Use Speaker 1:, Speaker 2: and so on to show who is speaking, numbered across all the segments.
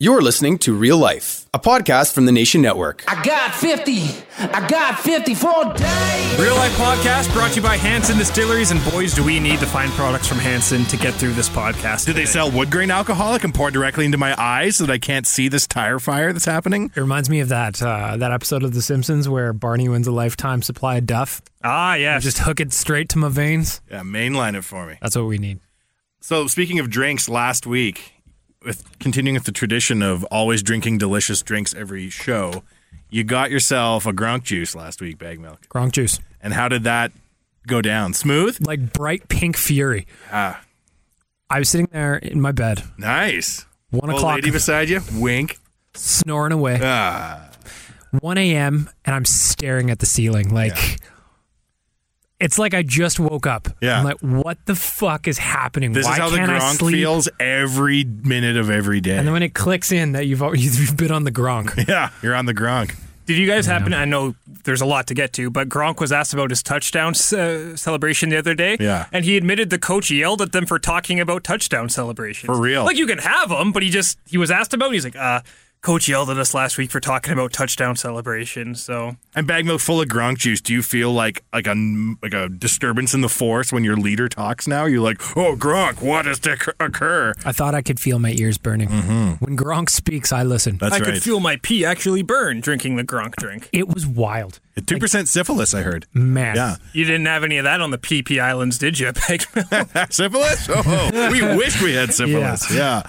Speaker 1: You're listening to Real Life, a podcast from the Nation Network.
Speaker 2: I got 50. I got 50 for days.
Speaker 3: Real Life Podcast brought to you by Hanson Distilleries. And boys, do we need the fine products from Hanson to get through this podcast.
Speaker 4: Do they
Speaker 3: today.
Speaker 4: sell wood grain alcohol I can pour directly into my eyes so that I can't see this tire fire that's happening?
Speaker 5: It reminds me of that uh, that episode of The Simpsons where Barney wins a lifetime supply of Duff.
Speaker 3: Ah, yes.
Speaker 5: Just hook it straight to my veins.
Speaker 4: Yeah, mainline it for me.
Speaker 5: That's what we need.
Speaker 4: So, speaking of drinks, last week, with continuing with the tradition of always drinking delicious drinks every show, you got yourself a Gronk juice last week, Bag Milk.
Speaker 5: Gronk juice,
Speaker 4: And how did that go down? Smooth?
Speaker 5: like bright pink fury.
Speaker 4: Ah.
Speaker 5: I was sitting there in my bed,
Speaker 4: Nice.
Speaker 5: One
Speaker 4: Old
Speaker 5: o'clock.
Speaker 4: lady beside you? Wink.
Speaker 5: snoring away.
Speaker 4: Ah.
Speaker 5: 1 a.m. and I'm staring at the ceiling like it's like I just woke up.
Speaker 4: Yeah.
Speaker 5: I'm like, what the fuck is happening?
Speaker 4: This
Speaker 5: Why
Speaker 4: is how the
Speaker 5: can't I
Speaker 4: Gronk
Speaker 5: sleep?
Speaker 4: feels every minute of every day.
Speaker 5: And then when it clicks in that you've al- you've been on the Gronk.
Speaker 4: yeah, you're on the Gronk.
Speaker 3: Did you guys happen? I know there's a lot to get to, but Gronk was asked about his touchdown uh, celebration the other day.
Speaker 4: Yeah.
Speaker 3: and he admitted the coach yelled at them for talking about touchdown celebrations.
Speaker 4: For real.
Speaker 3: like you can have them, but he just he was asked about. it. He's like, uh, coach yelled at us last week for talking about touchdown celebrations. So
Speaker 4: And bag milk full of Gronk juice. Do you feel like like a like a disturbance in the force when your leader talks? Now you're like, oh Gronk, what is to occur- occur?
Speaker 5: I thought I could feel my ears burning. When Gronk speaks, I listen.
Speaker 4: Mm-hmm. That's
Speaker 3: I
Speaker 4: right.
Speaker 3: could feel my pee actually burn drinking the Gronk drink.
Speaker 5: It was wild.
Speaker 4: Two percent syphilis. I heard.
Speaker 5: Man.
Speaker 4: Yeah,
Speaker 3: You didn't have any of that on the pee pee islands, did you, Pegman?
Speaker 4: syphilis. Oh, we wish we had syphilis. Yeah.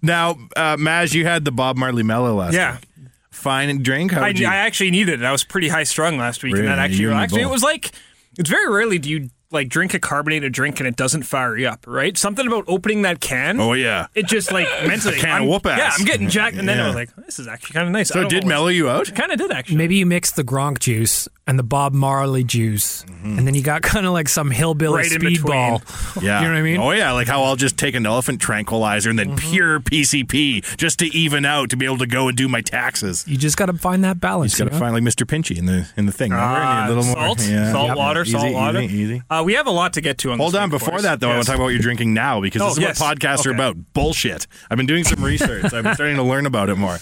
Speaker 4: Now, uh, Maz, you had the Bob Marley Mellow last.
Speaker 3: Yeah.
Speaker 4: week. Fine drink. How
Speaker 3: I,
Speaker 4: would you?
Speaker 3: I actually needed it. I was pretty high strung last week, and that
Speaker 4: Really?
Speaker 3: actually
Speaker 4: You and me
Speaker 3: relaxed me. It
Speaker 4: both.
Speaker 3: was like it's very rarely do you like drink a carbonated drink and it doesn't fire you up, right? Something about opening that can.
Speaker 4: oh yeah.
Speaker 3: It just like mentally.
Speaker 4: can of
Speaker 3: I'm-
Speaker 4: whoop ass.
Speaker 3: Yeah, I'm getting jacked, and then I
Speaker 4: Yeah.
Speaker 3: was like, this is actually kind of nice.
Speaker 4: So it did mellow you out?
Speaker 3: Kind of did actually.
Speaker 5: Maybe you mixed the Gronk juice and the Bob Marley juice,
Speaker 4: Mm-hmm.
Speaker 5: and then you got kind of like some hillbilly
Speaker 3: Right in
Speaker 5: speedball.
Speaker 4: Yeah.
Speaker 5: you know what I mean? Mm-hmm.
Speaker 4: Oh yeah, like how I'll just take an elephant tranquilizer and then pure PCP just to even out to be able to go and do my taxes.
Speaker 5: You just got to find that balance.
Speaker 4: He's got to
Speaker 5: you know?
Speaker 4: find like Mr. Pinchy in the in the thing. remember?
Speaker 3: Ah,
Speaker 4: And a little
Speaker 3: salt,
Speaker 4: more, yeah.
Speaker 3: salt water,
Speaker 4: Easy,
Speaker 3: salt
Speaker 4: easy,
Speaker 3: water.
Speaker 4: easy.
Speaker 3: Uh, we have a lot to get to on.
Speaker 4: Hold
Speaker 3: this
Speaker 4: on.
Speaker 3: one, of
Speaker 4: Before
Speaker 3: course.
Speaker 4: that, though,
Speaker 3: Yes.
Speaker 4: I want to talk about what you're drinking now because
Speaker 3: Oh,
Speaker 4: this is
Speaker 3: yes.
Speaker 4: what podcasts are
Speaker 3: Okay.
Speaker 4: about. Bullshit. I've been doing some research. I'm starting to learn about it more.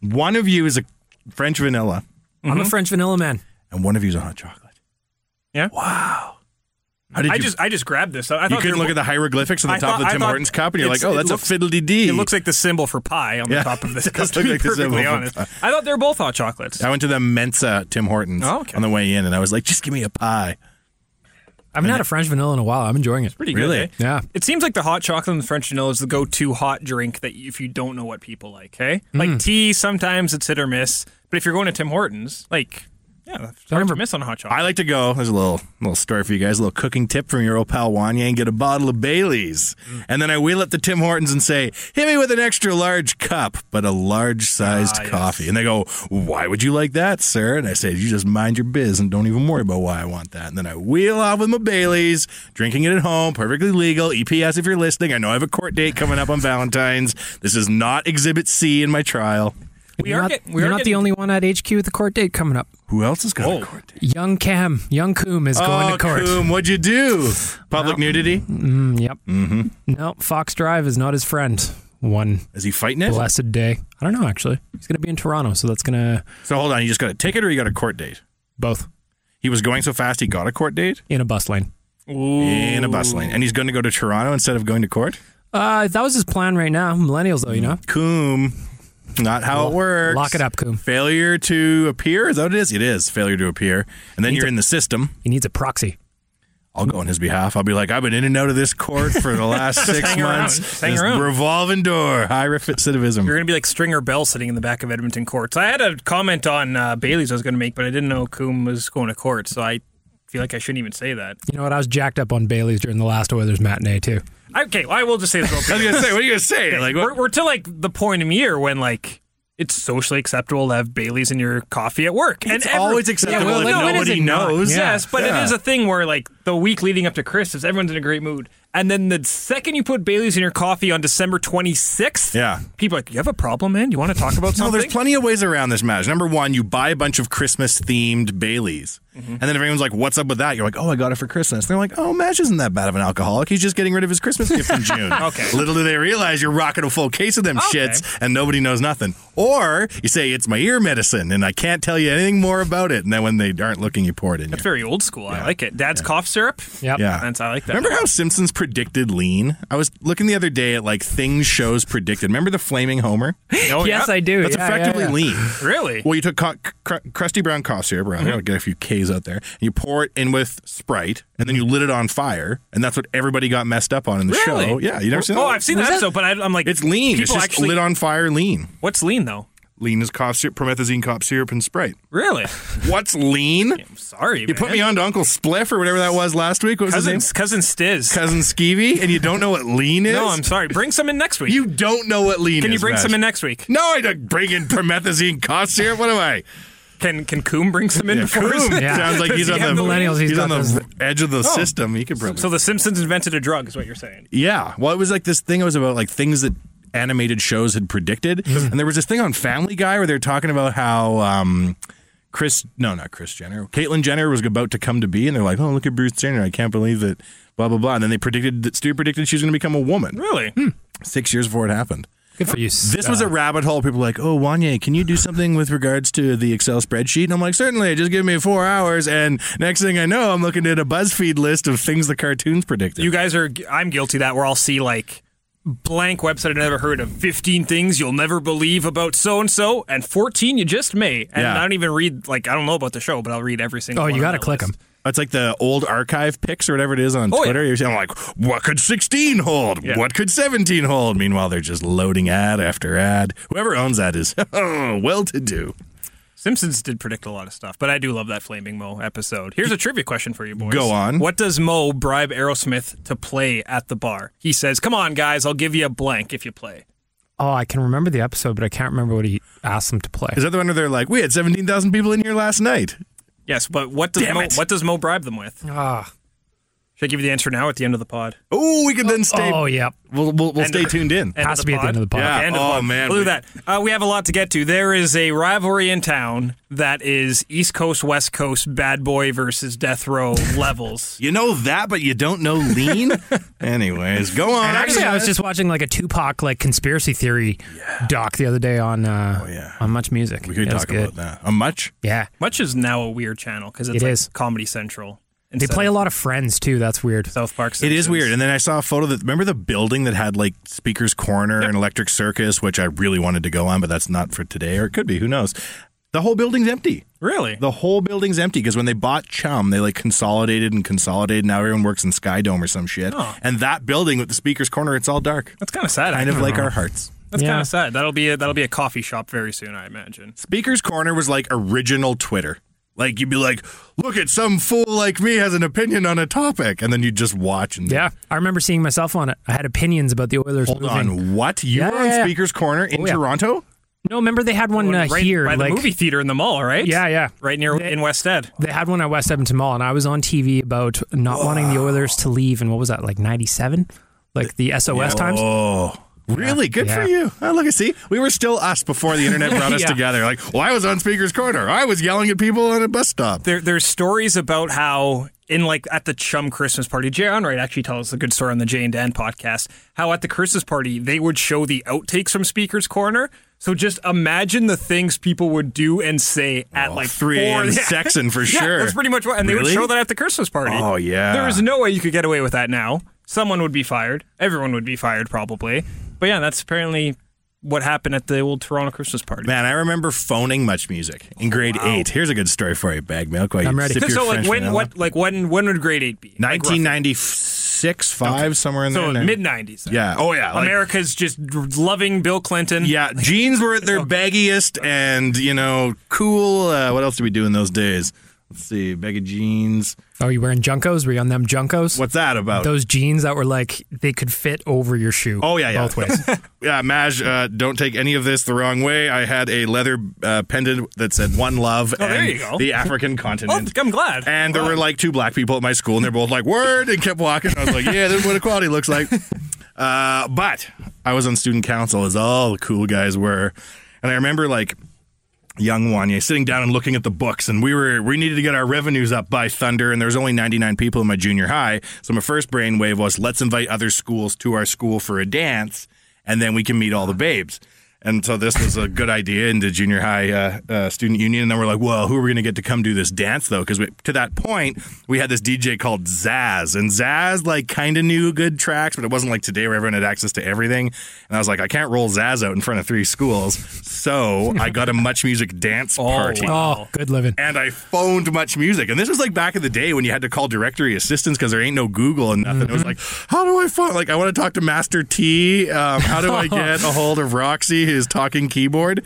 Speaker 4: One of you is a French vanilla,
Speaker 5: I'm a
Speaker 3: Mm-hmm.
Speaker 5: French vanilla man.
Speaker 4: and one of you is a hot chocolate.
Speaker 3: Yeah.
Speaker 4: Wow. How did
Speaker 3: I
Speaker 4: you?
Speaker 3: just I just grabbed this. I
Speaker 4: you
Speaker 3: thought
Speaker 4: couldn't
Speaker 3: there-
Speaker 4: look at the hieroglyphics on the
Speaker 3: I
Speaker 4: top
Speaker 3: thought-
Speaker 4: of
Speaker 3: I
Speaker 4: the Tim
Speaker 3: thought
Speaker 4: Hortons cup, and you're
Speaker 3: it's-
Speaker 4: like, "Oh,
Speaker 3: it
Speaker 4: that's
Speaker 3: looks-
Speaker 4: a fiddly dee."
Speaker 3: It looks like the symbol for pie on
Speaker 4: E. Yeah.
Speaker 3: the top of this.
Speaker 4: It does
Speaker 3: cup, to
Speaker 4: look
Speaker 3: be
Speaker 4: like the symbol
Speaker 3: perfectly
Speaker 4: for
Speaker 3: honest.
Speaker 4: pie.
Speaker 3: I thought they were both hot chocolates.
Speaker 4: I went to the Mensa Tim Hortons
Speaker 3: Oh, okay.
Speaker 4: on the way in, and I was like, "Just give me a pie."
Speaker 5: I haven't had a French vanilla in a while. I'm enjoying it.
Speaker 3: Pretty
Speaker 4: Really?
Speaker 3: good. eh?
Speaker 5: Yeah.
Speaker 3: It seems like the hot chocolate and French vanilla is the go-to hot drink that if you don't know what people like, hey,
Speaker 4: Hmm.
Speaker 3: like tea, sometimes it's hit or miss. But if you're going to Tim Hortons, like, yeah, it's hard to miss on hot chocolate.
Speaker 4: I like to go. There's a little little story for you guys. A little cooking tip from your old pal Wanya, and get a bottle of Bailey's, and then I wheel up to Tim Hortons and say, "Hit me with an extra large cup, but a large sized
Speaker 3: Ah, yes.
Speaker 4: coffee." And they go, "Why would you like that, sir?" And I say, "You just mind your biz and don't even worry about why I want that." And then I wheel off with my Bailey's, drinking it at home, perfectly legal. EPS, if you're listening, I know I have a court date coming up on Valentine's. This is not Exhibit C in my trial.
Speaker 3: we
Speaker 5: you're
Speaker 3: are
Speaker 5: not,
Speaker 3: get- we
Speaker 5: you're
Speaker 3: are
Speaker 5: not
Speaker 3: getting-
Speaker 5: the only one at HQ with the court date coming up.
Speaker 4: Who else has got a court date?
Speaker 5: Young Cam, young Coom is going
Speaker 4: oh,
Speaker 5: to court.
Speaker 4: Coom, what'd you do? Public nudity?
Speaker 5: Mm, yep. Mm-hmm. No, Fox Drive is not his friend. One
Speaker 4: Is he fighting it?
Speaker 5: blessed day. I don't know. Actually, he's going to be in Toronto, so that's going to
Speaker 4: So hold on, you just got a ticket or you got a court date?
Speaker 5: both
Speaker 4: He was going so fast he got a court date
Speaker 5: in a bus lane.
Speaker 4: in a bus lane, and he's going to go to Toronto instead of going to court.
Speaker 5: Uh, that was his plan right now. Millennials, though, you know,
Speaker 4: Coom, not how it works.
Speaker 5: lock it up, Coom.
Speaker 4: Failure to appear is that what it is? It is failure to appear, and then
Speaker 5: Needs
Speaker 4: you're
Speaker 5: a-
Speaker 4: in the system.
Speaker 5: He needs a proxy.
Speaker 4: I'll go on his behalf. I'll be like, I've been in and out of this court for the last six
Speaker 3: hang around.
Speaker 4: months.
Speaker 3: Just hang
Speaker 4: This
Speaker 3: around."
Speaker 4: Revolving door, high recidivism.
Speaker 3: You're going to be like Stringer Bell sitting in the back of Edmonton courts. I had a comment on uh, Bailey's I was going to make, but I didn't know Coom was going to court, so I feel like I shouldn't even say that.
Speaker 5: You know what? I was jacked up on Bailey's during the last Oilers matinee too.
Speaker 3: Okay, well, I will just say this real quick.
Speaker 4: I was gonna say, what are you gonna say? Like,
Speaker 3: we're,
Speaker 4: what?
Speaker 3: we're to like the point in year when like it's socially acceptable to have Bailey's in your coffee at work. and
Speaker 4: It's always acceptable
Speaker 5: well,
Speaker 4: if
Speaker 5: like, when is
Speaker 4: nobody
Speaker 5: it not?
Speaker 4: knows.
Speaker 5: Yeah.
Speaker 3: Yes, but it is a thing where like the week leading up to Christmas, everyone's in a great mood, and then the second you put Bailey's in your coffee on December 26th,
Speaker 4: Yeah.
Speaker 3: people are like you have a problem, man. You want to talk about
Speaker 4: No,
Speaker 3: something?
Speaker 4: there's plenty of ways around this match. Number one, you buy a bunch of Christmas themed Baileys.
Speaker 3: Mm-hmm.
Speaker 4: And then if everyone's like, what's up with that? You're like, oh, I got it for Christmas. They're like, oh, Madge isn't that bad of an alcoholic. He's just getting rid of his Christmas gift in June.
Speaker 3: Okay.
Speaker 4: Little do they realize you're rocking a full case of them
Speaker 3: Okay.
Speaker 4: shits and nobody knows nothing. Or you say, it's my ear medicine and I can't tell you anything more about it. And then when they aren't looking, you pour it in.
Speaker 3: That's
Speaker 4: you.
Speaker 3: very old school. I like it. Dad's cough syrup.
Speaker 5: Yep.
Speaker 4: Yeah.
Speaker 3: That's I like that.
Speaker 4: Remember how Simpsons predicted lean? I was looking the other day at like things shows predicted. Remember the flaming Homer?
Speaker 3: No,
Speaker 5: Yes,
Speaker 3: Oh, yeah.
Speaker 5: I do.
Speaker 4: That's
Speaker 5: Yeah, yeah,
Speaker 4: effectively
Speaker 5: yeah.
Speaker 4: lean.
Speaker 3: really.
Speaker 4: Well, you took co- cr- crusty brown cough syrup, around.
Speaker 3: Mm-hmm.
Speaker 4: I'll get a few K's out there, and you pour it in with Sprite, and then you lit it on fire, and that's what everybody got messed up on in the
Speaker 3: Really?
Speaker 4: show. Yeah, you never seen that?
Speaker 3: Oh, I've seen that episode, but I, I'm like,
Speaker 4: It's lean.
Speaker 3: People
Speaker 4: It's just
Speaker 3: actually,
Speaker 4: lit on fire lean.
Speaker 3: What's lean though?
Speaker 4: Lean is cough syrup, promethazine cough syrup, and Sprite.
Speaker 3: Really?
Speaker 4: What's lean?
Speaker 3: I'm sorry.
Speaker 4: You put me on to Uncle Spliff or whatever that was last week. What was
Speaker 3: cousin
Speaker 4: his name?
Speaker 3: cousin Stiz.
Speaker 4: Cousin Skeevy, and you don't know what lean is?
Speaker 3: no, I'm sorry. Bring some in next week.
Speaker 4: You don't know what lean
Speaker 3: Can you
Speaker 4: is.
Speaker 3: bring
Speaker 4: Matt.
Speaker 3: some in next week?
Speaker 4: No, I don't bring in promethazine cough syrup. What am I?
Speaker 3: Can Can Coom bring some in before? us?
Speaker 5: Yeah.
Speaker 4: Sounds like he's
Speaker 3: Does
Speaker 4: on
Speaker 3: he
Speaker 4: the
Speaker 3: have
Speaker 5: millennials, he's
Speaker 4: He's on
Speaker 5: got those-
Speaker 4: the edge of the system. He could probably.
Speaker 3: So the Simpsons invented a drug, is what you're saying?
Speaker 4: yeah. Well, it was like this thing. It was about like things that animated shows had predicted, and there was this thing on Family Guy where they were talking about how. Um, Chris, no, not Chris Jenner. Caitlyn Jenner was about to come to be, and they're like, "Oh, look at Bruce Jenner! I can't believe that." Blah blah blah. And then they predicted that Stu predicted she was going to become a woman
Speaker 3: Really?
Speaker 4: six years before it happened.
Speaker 5: Good for you.
Speaker 4: This was a rabbit hole. People were like, oh, Wanye, can you do something with regards to the Excel spreadsheet? And I'm like, certainly. Just give me four hours. And next thing I know, I'm looking at a BuzzFeed list of things the cartoons predicted.
Speaker 3: You guys are. I'm guilty of that. Where I'll see like blank website I've never heard of, 15 things you'll never believe about so and so, and 14 you just may. And
Speaker 4: Yeah.
Speaker 3: I don't even read like I don't know about the show, but I'll read every single.
Speaker 5: Oh,
Speaker 3: one on
Speaker 5: you got to
Speaker 3: that
Speaker 5: click
Speaker 3: list.
Speaker 5: him.
Speaker 4: it's like the old archive pics or whatever it is on
Speaker 3: Oh, yeah.
Speaker 4: Twitter. You're saying, like, what could 16 hold?
Speaker 3: Yeah.
Speaker 4: What could 17 hold? Meanwhile, they're just loading ad after ad. Whoever owns that is oh, well to do.
Speaker 3: Simpsons did predict a lot of stuff, but I do love that Flaming Mo episode. Here's a trivia question for you boys.
Speaker 4: Go on.
Speaker 3: What does Mo bribe Aerosmith to play at the bar? He says, "Come on, guys, I'll give you a blank if you play."
Speaker 5: Oh, I can remember the episode, but I can't remember what he asked them to play.
Speaker 4: Is that the one where they're like, we had 17,000 people in here last night?
Speaker 3: Yes, but what does
Speaker 4: Damn
Speaker 3: Mo,
Speaker 4: it.
Speaker 3: what does Mo bribe them with?
Speaker 5: Ah.
Speaker 3: Should I give you the answer now at the end of the pod?
Speaker 4: Oh, we could then stay.
Speaker 5: oh, yeah.
Speaker 4: We'll, we'll, we'll
Speaker 3: End
Speaker 4: stay
Speaker 3: of-
Speaker 4: tuned in.
Speaker 3: End
Speaker 5: Has to be at the end of the pod.
Speaker 4: Yeah.
Speaker 3: End of the
Speaker 4: Oh,
Speaker 3: pod.
Speaker 4: man,
Speaker 3: We'll do
Speaker 4: we-
Speaker 3: that. Uh, we have a lot to get to. There is a rivalry in town that is East Coast West Coast bad boy versus death row levels.
Speaker 4: You know that, but you don't know lean. Anyways, go on.
Speaker 5: And actually, I was just watching like a Tupac like conspiracy theory doc the other day on uh,
Speaker 4: Oh, yeah.
Speaker 5: on Much Music.
Speaker 4: we could
Speaker 5: It was
Speaker 4: talk
Speaker 5: good.
Speaker 4: about that. A much.
Speaker 5: Yeah,
Speaker 3: Much is now a weird channel because it's
Speaker 5: It
Speaker 3: like
Speaker 5: is.
Speaker 3: Comedy Central.
Speaker 5: they play a lot of Friends too. That's weird.
Speaker 3: South Park.
Speaker 4: It is
Speaker 3: Simpsons.
Speaker 4: weird. And then I saw a photo that remember the building that had like Speaker's Corner and Electric Circus, which I really wanted to go on, but that's not for today, or it could be. Who knows? The whole building's empty.
Speaker 3: Really?
Speaker 4: The whole building's empty because when they bought Chum, they like consolidated and consolidated. Now everyone works in Sky Dome or some shit. And that building with the speaker's corner, it's all dark.
Speaker 3: That's kind of sad.
Speaker 4: Kind of
Speaker 3: actually.
Speaker 4: like our hearts.
Speaker 3: That's
Speaker 5: Yeah.
Speaker 3: kind of sad. That'll be a, that'll be a coffee shop very soon, I imagine.
Speaker 4: Speaker's Corner was like original Twitter. Like you'd be like, look at some fool like me has an opinion on a topic. And then you'd just watch and
Speaker 5: Yeah, I remember seeing myself on it. I had opinions about the Oilers
Speaker 4: hold
Speaker 5: moving.
Speaker 4: on, what? You
Speaker 5: Yeah,
Speaker 4: were on
Speaker 5: yeah, yeah.
Speaker 4: Speaker's Corner in
Speaker 5: yeah.
Speaker 4: Toronto?
Speaker 5: No, remember they had one uh,
Speaker 3: right
Speaker 5: here,
Speaker 3: by
Speaker 5: like
Speaker 3: the movie theater in the mall, right?
Speaker 5: Yeah, yeah.
Speaker 3: Right near
Speaker 5: They-
Speaker 3: in West Ed.
Speaker 5: they had one at West Edmonton Mall, and I was on TV about not wanting the Oilers to leave. And what was that, like '97, like the SOS times?
Speaker 4: Oh. Really? Good for
Speaker 5: yeah.
Speaker 4: you. Oh, look, I see. We were still us before the internet brought us
Speaker 5: Yeah.
Speaker 4: together. Like, well, I was on Speaker's Corner. I was yelling at people on a bus stop.
Speaker 3: There, there's stories about how in like at the Chum Christmas party, Jay Onright actually tells a good story on the Jay and Dan podcast. How at the Christmas party they would show the outtakes from Speaker's Corner. So just imagine the things people would do and say at
Speaker 4: Oh,
Speaker 3: like
Speaker 4: 3 a.m.
Speaker 3: four-
Speaker 4: sexing for
Speaker 3: Yeah,
Speaker 4: sure.
Speaker 3: That's pretty much what, and they would
Speaker 4: Really?
Speaker 3: show that at the Christmas party.
Speaker 4: Oh, yeah.
Speaker 3: There is no way you could get away with that now. Someone would be fired. Everyone would be fired probably. But yeah, that's apparently what happened at the old Toronto Christmas party.
Speaker 4: Man, I remember phoning much music in grade eight. Here's a good story for you, bag milk. While
Speaker 5: I'm
Speaker 4: you
Speaker 5: ready.
Speaker 4: sip your
Speaker 3: so like
Speaker 4: French
Speaker 3: when
Speaker 4: vanilla.
Speaker 3: what like when when would grade eight be? Like, roughly.
Speaker 4: 1996, five somewhere in
Speaker 3: So
Speaker 4: there.
Speaker 3: mid nineties.
Speaker 4: Yeah. Oh yeah. like-
Speaker 3: America's just r- loving Bill Clinton.
Speaker 4: yeah. Jeans were at their baggiest and you know cool. Uh, what else did we do in those days? Let's see. Baggy jeans.
Speaker 5: Oh, you wearing Junkos? Were you on them Junkos?
Speaker 4: What's that about?
Speaker 5: Those jeans that were like they could fit over your shoe.
Speaker 4: Oh, yeah, yeah.
Speaker 5: both ways.
Speaker 4: yeah, Maj, uh, don't take any of this the wrong way. I had a leather uh, pendant that said "One Love"
Speaker 3: Oh,
Speaker 4: and
Speaker 3: there you go.
Speaker 4: the African continent.
Speaker 3: I'm glad.
Speaker 4: And there were like two black people at my school, and they're both like, word, and kept walking. I was like, yeah, this is what equality looks like. Uh, but I was on student council, as all the cool guys were. And I remember like young Wanye sitting down and looking at the books, and we were we needed to get our revenues up by thunder. And there was only 99 people in my junior high, so my first brainwave was let's invite other schools to our school for a dance, and then we can meet all the babes. And so this was a good idea into junior high uh, uh, student union, and then we're like, well, who are we going to get to come do this dance though? Because to that point, we had this DJ called Zaz, and Zaz like kind of knew good tracks, but it wasn't like today where everyone had access to everything. And I was like, I can't roll Zaz out in front of three schools, so I got a Much Music dance party.
Speaker 5: Oh, good living.
Speaker 4: And I phoned Much Music. And this was like back in the day when you had to call directory assistance because there ain't no Google and nothing. It was like, how do I phone? Like, I want to talk to Master T. Um, how do I get a hold of Roxy, his talking keyboard?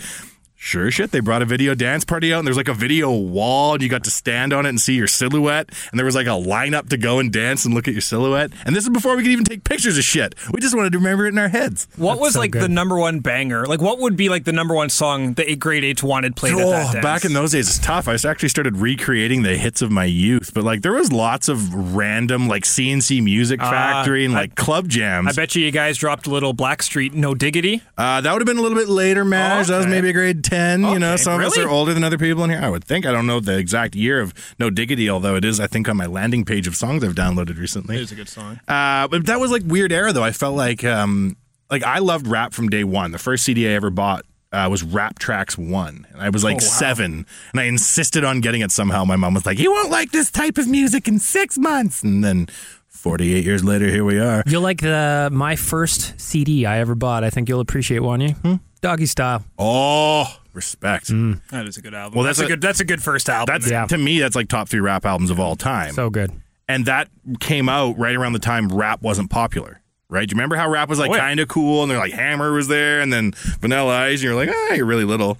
Speaker 4: Sure as shit. They brought a video dance party out and there's like a video wall and you got to stand on it and see your silhouette. And there was like a lineup to go and dance and look at your silhouette. And this is before we could even take pictures of shit. We just wanted to remember it in our heads.
Speaker 3: what was
Speaker 5: so
Speaker 3: like the
Speaker 5: good.
Speaker 3: number one banger? Like what would be like the number one song that eight grade eights wanted played at that dance?
Speaker 4: Oh, Back in those days, it's tough. I actually started recreating the hits of my youth, but like there was lots of random like CNC Music Factory and like club
Speaker 3: Ah, I
Speaker 4: jams.
Speaker 3: bet you you guys dropped a little Blackstreet No Diggity.
Speaker 4: uh, that would have been a little bit later, Maj. That was
Speaker 3: okay.
Speaker 4: maybe a grade ten. You know,
Speaker 3: Okay,
Speaker 4: some of us
Speaker 3: really?
Speaker 4: are older than other people in here. I would think. I don't know the exact year of No Diggity, although it is, I think, on my landing page of songs I've downloaded recently.
Speaker 3: a good song.
Speaker 4: Uh, but that was like weird era though. I felt like um, like I loved rap from day one. The first CD I ever bought uh, was Rap Tracks One, and I was
Speaker 3: Oh,
Speaker 4: like seven, and I insisted on getting it somehow. My mom was like, "You won't like this type of music in six months," and then. 48 years later, here we are.
Speaker 5: You'll like the my first CD I ever bought. I think you'll appreciate one. You doggy style.
Speaker 4: Oh, respect.
Speaker 3: That is a good album.
Speaker 4: Well,
Speaker 3: Well,
Speaker 4: that's
Speaker 3: that's,
Speaker 4: a-
Speaker 3: a good that's a good first album.
Speaker 4: That's
Speaker 5: Yeah.
Speaker 4: to me, that's like top three rap albums of all time.
Speaker 5: So good.
Speaker 4: and that came out right around the time rap wasn't popular. Right? Do you remember how rap was like
Speaker 3: Oh, yeah.
Speaker 4: kind of cool, and they're like Hammer was there, and then Vanilla Ice, and you're like, ah, you're really little.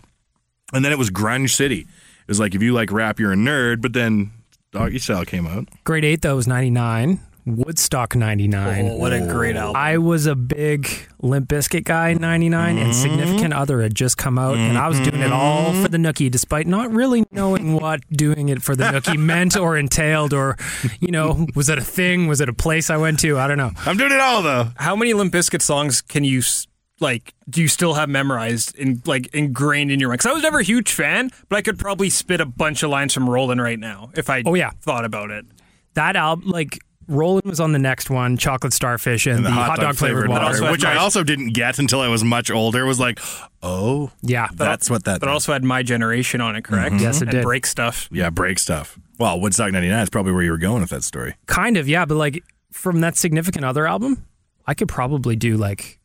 Speaker 4: And then it was Grunge City. It was like if you like rap, you're a nerd. But then Doggy Style came out.
Speaker 5: Grade eight though was '99. Woodstock '99.
Speaker 3: oh, what a great album.
Speaker 5: I was a big Limp Biscuit guy in 99 and Significant Other had just come out and I was doing it all for the Nookie despite not really knowing what doing it for the Nookie meant or entailed or you know was it a thing was it a place I went to I don't know
Speaker 4: I'm doing it all though.
Speaker 3: How many Limp Bizkit songs can you s- like? Do you still have memorized and like ingrained in your mind? Because I was never a huge fan, but I could probably spit a bunch of lines from Roland right now if I
Speaker 5: Oh, yeah.
Speaker 3: thought about it.
Speaker 5: that album like Roland was on the next one Chocolate Starfish and, the, hot, dog, flavored water
Speaker 3: also-
Speaker 4: which I also didn't get until I was much older. Was like, oh
Speaker 5: yeah
Speaker 4: that's what that.
Speaker 3: But it also had my generation on it, correct?
Speaker 5: Mm-hmm. Yes, it
Speaker 3: and
Speaker 5: did.
Speaker 3: Break stuff.
Speaker 4: yeah, break stuff. Well, Woodstock '99 is probably where you were going with that story.
Speaker 5: kind of yeah but like from that Significant Other album I could probably do like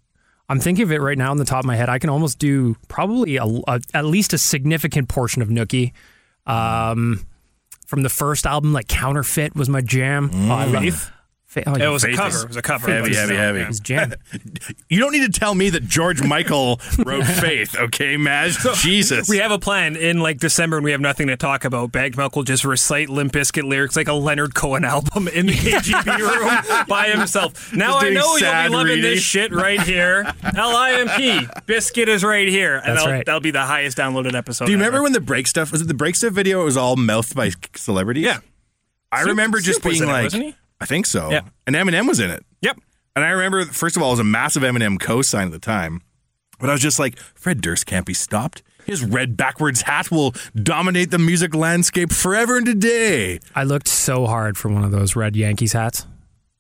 Speaker 5: I'm thinking of it right now on the top of my head. I can almost do probably a, a- at least a significant portion of Nookie. Um, from the first album, like Counterfeit was my jam. Oh, I love-
Speaker 3: Faith?
Speaker 5: Fa- oh,
Speaker 3: It was a
Speaker 4: Faith
Speaker 3: cover.
Speaker 4: is
Speaker 3: It was a cover.
Speaker 4: Mm. heavy,
Speaker 3: It was-
Speaker 4: heavy, heavy.
Speaker 3: yeah.
Speaker 5: his jam.
Speaker 4: You don't need to tell me that George Michael wrote Faith, okay, Maj? Jesus.
Speaker 3: We have a plan in like December when we have nothing to talk about. Bagmelk will just recite Limp Bizkit lyrics like a Leonard Cohen album in the KGB room by himself. Now
Speaker 4: Just
Speaker 3: I
Speaker 4: doing
Speaker 3: know you'll be
Speaker 4: sad
Speaker 3: loving
Speaker 4: reading.
Speaker 3: this shit right here. L I M P. Biscuit is right here. And
Speaker 5: That's
Speaker 3: that'll,
Speaker 5: right.
Speaker 3: that'll be the highest downloaded episode.
Speaker 4: Do you
Speaker 3: ever.
Speaker 4: remember when the break stuff was it the break stuff video? It was all mouthed by celebrities.
Speaker 3: Yeah.
Speaker 4: I
Speaker 3: Snoop-
Speaker 4: remember just
Speaker 3: Snoop was in
Speaker 4: being
Speaker 3: it,
Speaker 4: like,
Speaker 3: wasn't he?
Speaker 4: I think so.
Speaker 3: Yeah.
Speaker 4: And Eminem was in it.
Speaker 3: Yep.
Speaker 4: And I remember, first of all, it was a massive Eminem co-sign at the time, but I was just like, Fred Durst can't be stopped. His red backwards hat will dominate the music landscape forever and today.
Speaker 5: I looked so hard for one of those red Yankees hats.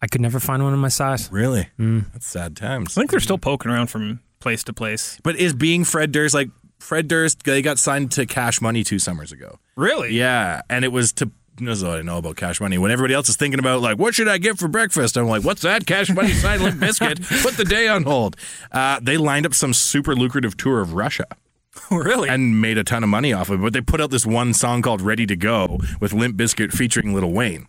Speaker 5: I could never find one in my size.
Speaker 4: Really? Hmm. That's sad times.
Speaker 3: I think they're still poking around from place to place.
Speaker 4: But is being Fred Durst like Fred Durst? They got signed to Cash Money two summers ago.
Speaker 3: Really?
Speaker 4: Yeah, and it was to. That's all I know about Cash Money. When everybody else is thinking about like, what should I get for breakfast? I'm like, what's that? Cash Money side limp biscuit. Put the day on hold. Uh, they lined up some super lucrative tour of Russia
Speaker 3: really?
Speaker 4: and made a ton of money off of it. But they put out this one song called "Ready to Go" with Limp Bizkit featuring Little Wayne.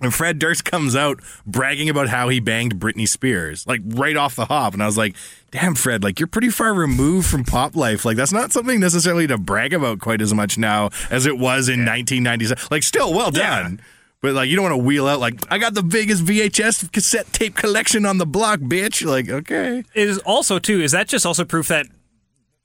Speaker 4: And Fred Durst comes out bragging about how he banged Britney Spears, like right off the hop. And I was like, damn, Fred, like you're pretty far removed from pop life. Like that's not something necessarily to brag about quite as much now as it was in 1997. Like, still well done. But like, you don't want to wheel out, like, I got the biggest VHS cassette tape collection on the block, bitch. Like, okay.
Speaker 3: is also too is that just also proof that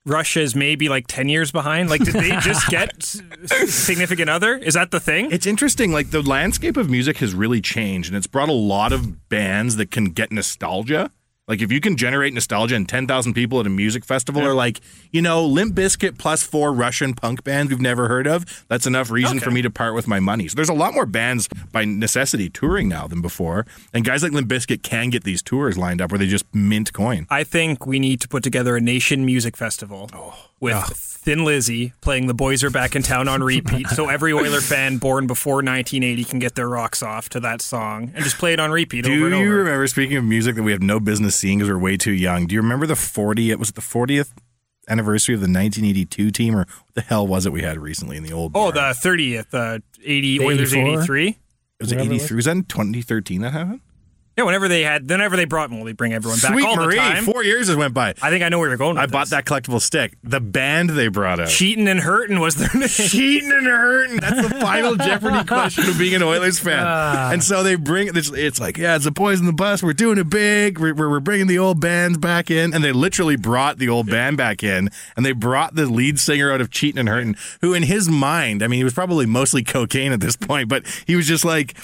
Speaker 3: Russia is maybe like ten years behind? Like, did they just get s- s- significant other? Is that the thing?
Speaker 4: It's interesting. Like the landscape of music has really changed, and it's brought a lot of bands that can get nostalgia. Like if you can generate nostalgia, and ten thousand people at a music festival are like, you know, Limp Bizkit plus four Russian punk bands we've never heard of. That's enough reason for me to part with my money. So there's a lot more bands by necessity touring now than before, and guys like Limp Bizkit can get these tours lined up where they just mint coin.
Speaker 3: I think we need to put together a nation music festival
Speaker 4: Oh.
Speaker 3: with
Speaker 4: Ah.
Speaker 3: Thin Lizzy playing "The Boys Are Back in Town" on repeat, so every Oiler fan born before 1980 can get their rocks off to that song and just play it on repeat
Speaker 4: Do
Speaker 3: over and
Speaker 4: you
Speaker 3: over.
Speaker 4: remember speaking of music that we have no business seeing because we're way too young? Do you remember the 40? It was the 40th anniversary of the 1982 team, or what the hell was it we had recently in the old?
Speaker 3: Oh,
Speaker 4: barn?
Speaker 3: the 30th, uh, 80
Speaker 5: The
Speaker 3: Oilers
Speaker 5: 84?
Speaker 3: 83.
Speaker 4: it was it
Speaker 5: whatever it
Speaker 4: 83. Was that in 2013 that happened?
Speaker 3: Yeah, whenever they had, whenever they brought, well, they bring everyone back
Speaker 4: Sweet
Speaker 3: all
Speaker 4: Marie,
Speaker 3: the time.
Speaker 4: four years has went by.
Speaker 3: I think I know where you're going. With
Speaker 4: I bought
Speaker 3: this.
Speaker 4: that collectible stick. The band they brought out.
Speaker 3: Cheating and hurting was their name.
Speaker 4: cheating and hurting. That's the final Jeopardy question of being an Oilers fan. and so they bring it's, it's like, yeah, it's the boys in the bus. We're doing it big. We're, we're, we're bringing the old bands back in. And they literally brought the old band back in. And they brought the lead singer out of Cheating and Hurting, who in his mind, I mean, he was probably mostly cocaine at this point, but he was just like,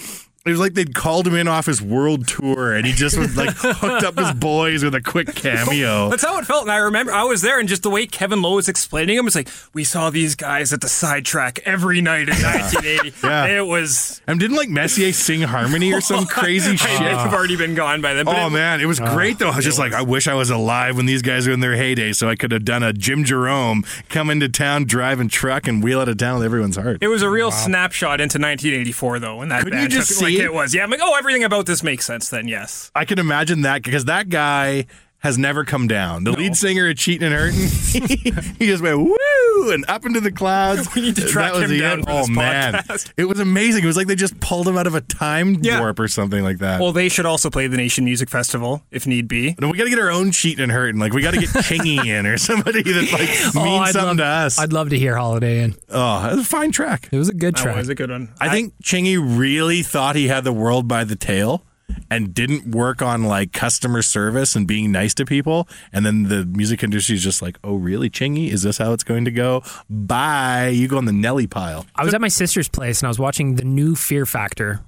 Speaker 4: it was like they'd called him in off his world tour and he just was like hooked up his boys with a quick cameo.
Speaker 3: That's how it felt. And I remember I was there, and just the way Kevin Lowe was explaining him, it's like, we saw these guys at the sidetrack every night in 1980.
Speaker 4: Yeah.
Speaker 3: It was.
Speaker 4: And didn't like Messier sing harmony or some crazy shit?
Speaker 3: I may have already been gone by then. But
Speaker 4: Ah. Oh
Speaker 3: it-
Speaker 4: man, it was great though. I was just like, I wish I was alive when these guys were in their heyday, so I could have done a Jim Jerome come into town, driving truck, and wheel out of town with everyone's heart.
Speaker 3: It was a real snapshot into 1984, though, when that
Speaker 4: Couldn't
Speaker 3: band
Speaker 4: you just
Speaker 3: took it like
Speaker 4: see?
Speaker 3: it was. Yeah, I'm like, oh, everything about this makes sense then, yes.
Speaker 4: I can imagine that because that guy has never come down. The lead singer of Cheating and Hurting, he just went woo and up into the clouds.
Speaker 3: We need to track
Speaker 4: that was
Speaker 3: him
Speaker 4: the
Speaker 3: down
Speaker 4: end.
Speaker 3: for
Speaker 4: oh
Speaker 3: this
Speaker 4: man,
Speaker 3: podcast.
Speaker 4: it was amazing. It was like they just pulled him out of a time
Speaker 3: Yeah.
Speaker 4: warp or something like that.
Speaker 3: Well, they should also play the Nation Music Festival if need be.
Speaker 4: no, we got to get our own cheating and hurting. Like we got to get Chingy in or somebody that like means
Speaker 5: Oh, I'd
Speaker 4: something
Speaker 5: love-
Speaker 4: to us.
Speaker 5: I'd love to hear Holiday Inn.
Speaker 4: oh, it was a fine track.
Speaker 5: It was a good
Speaker 3: That
Speaker 5: track.
Speaker 3: was a good one.
Speaker 4: I think Chingy really thought he had the world by the tail and didn't work on like customer service and being nice to people. And then the music industry is just like, oh, really, Chingy? Is this how it's going to go? Bye. You go on the Nelly pile.
Speaker 5: I was at my sister's place and I was watching the new Fear Factor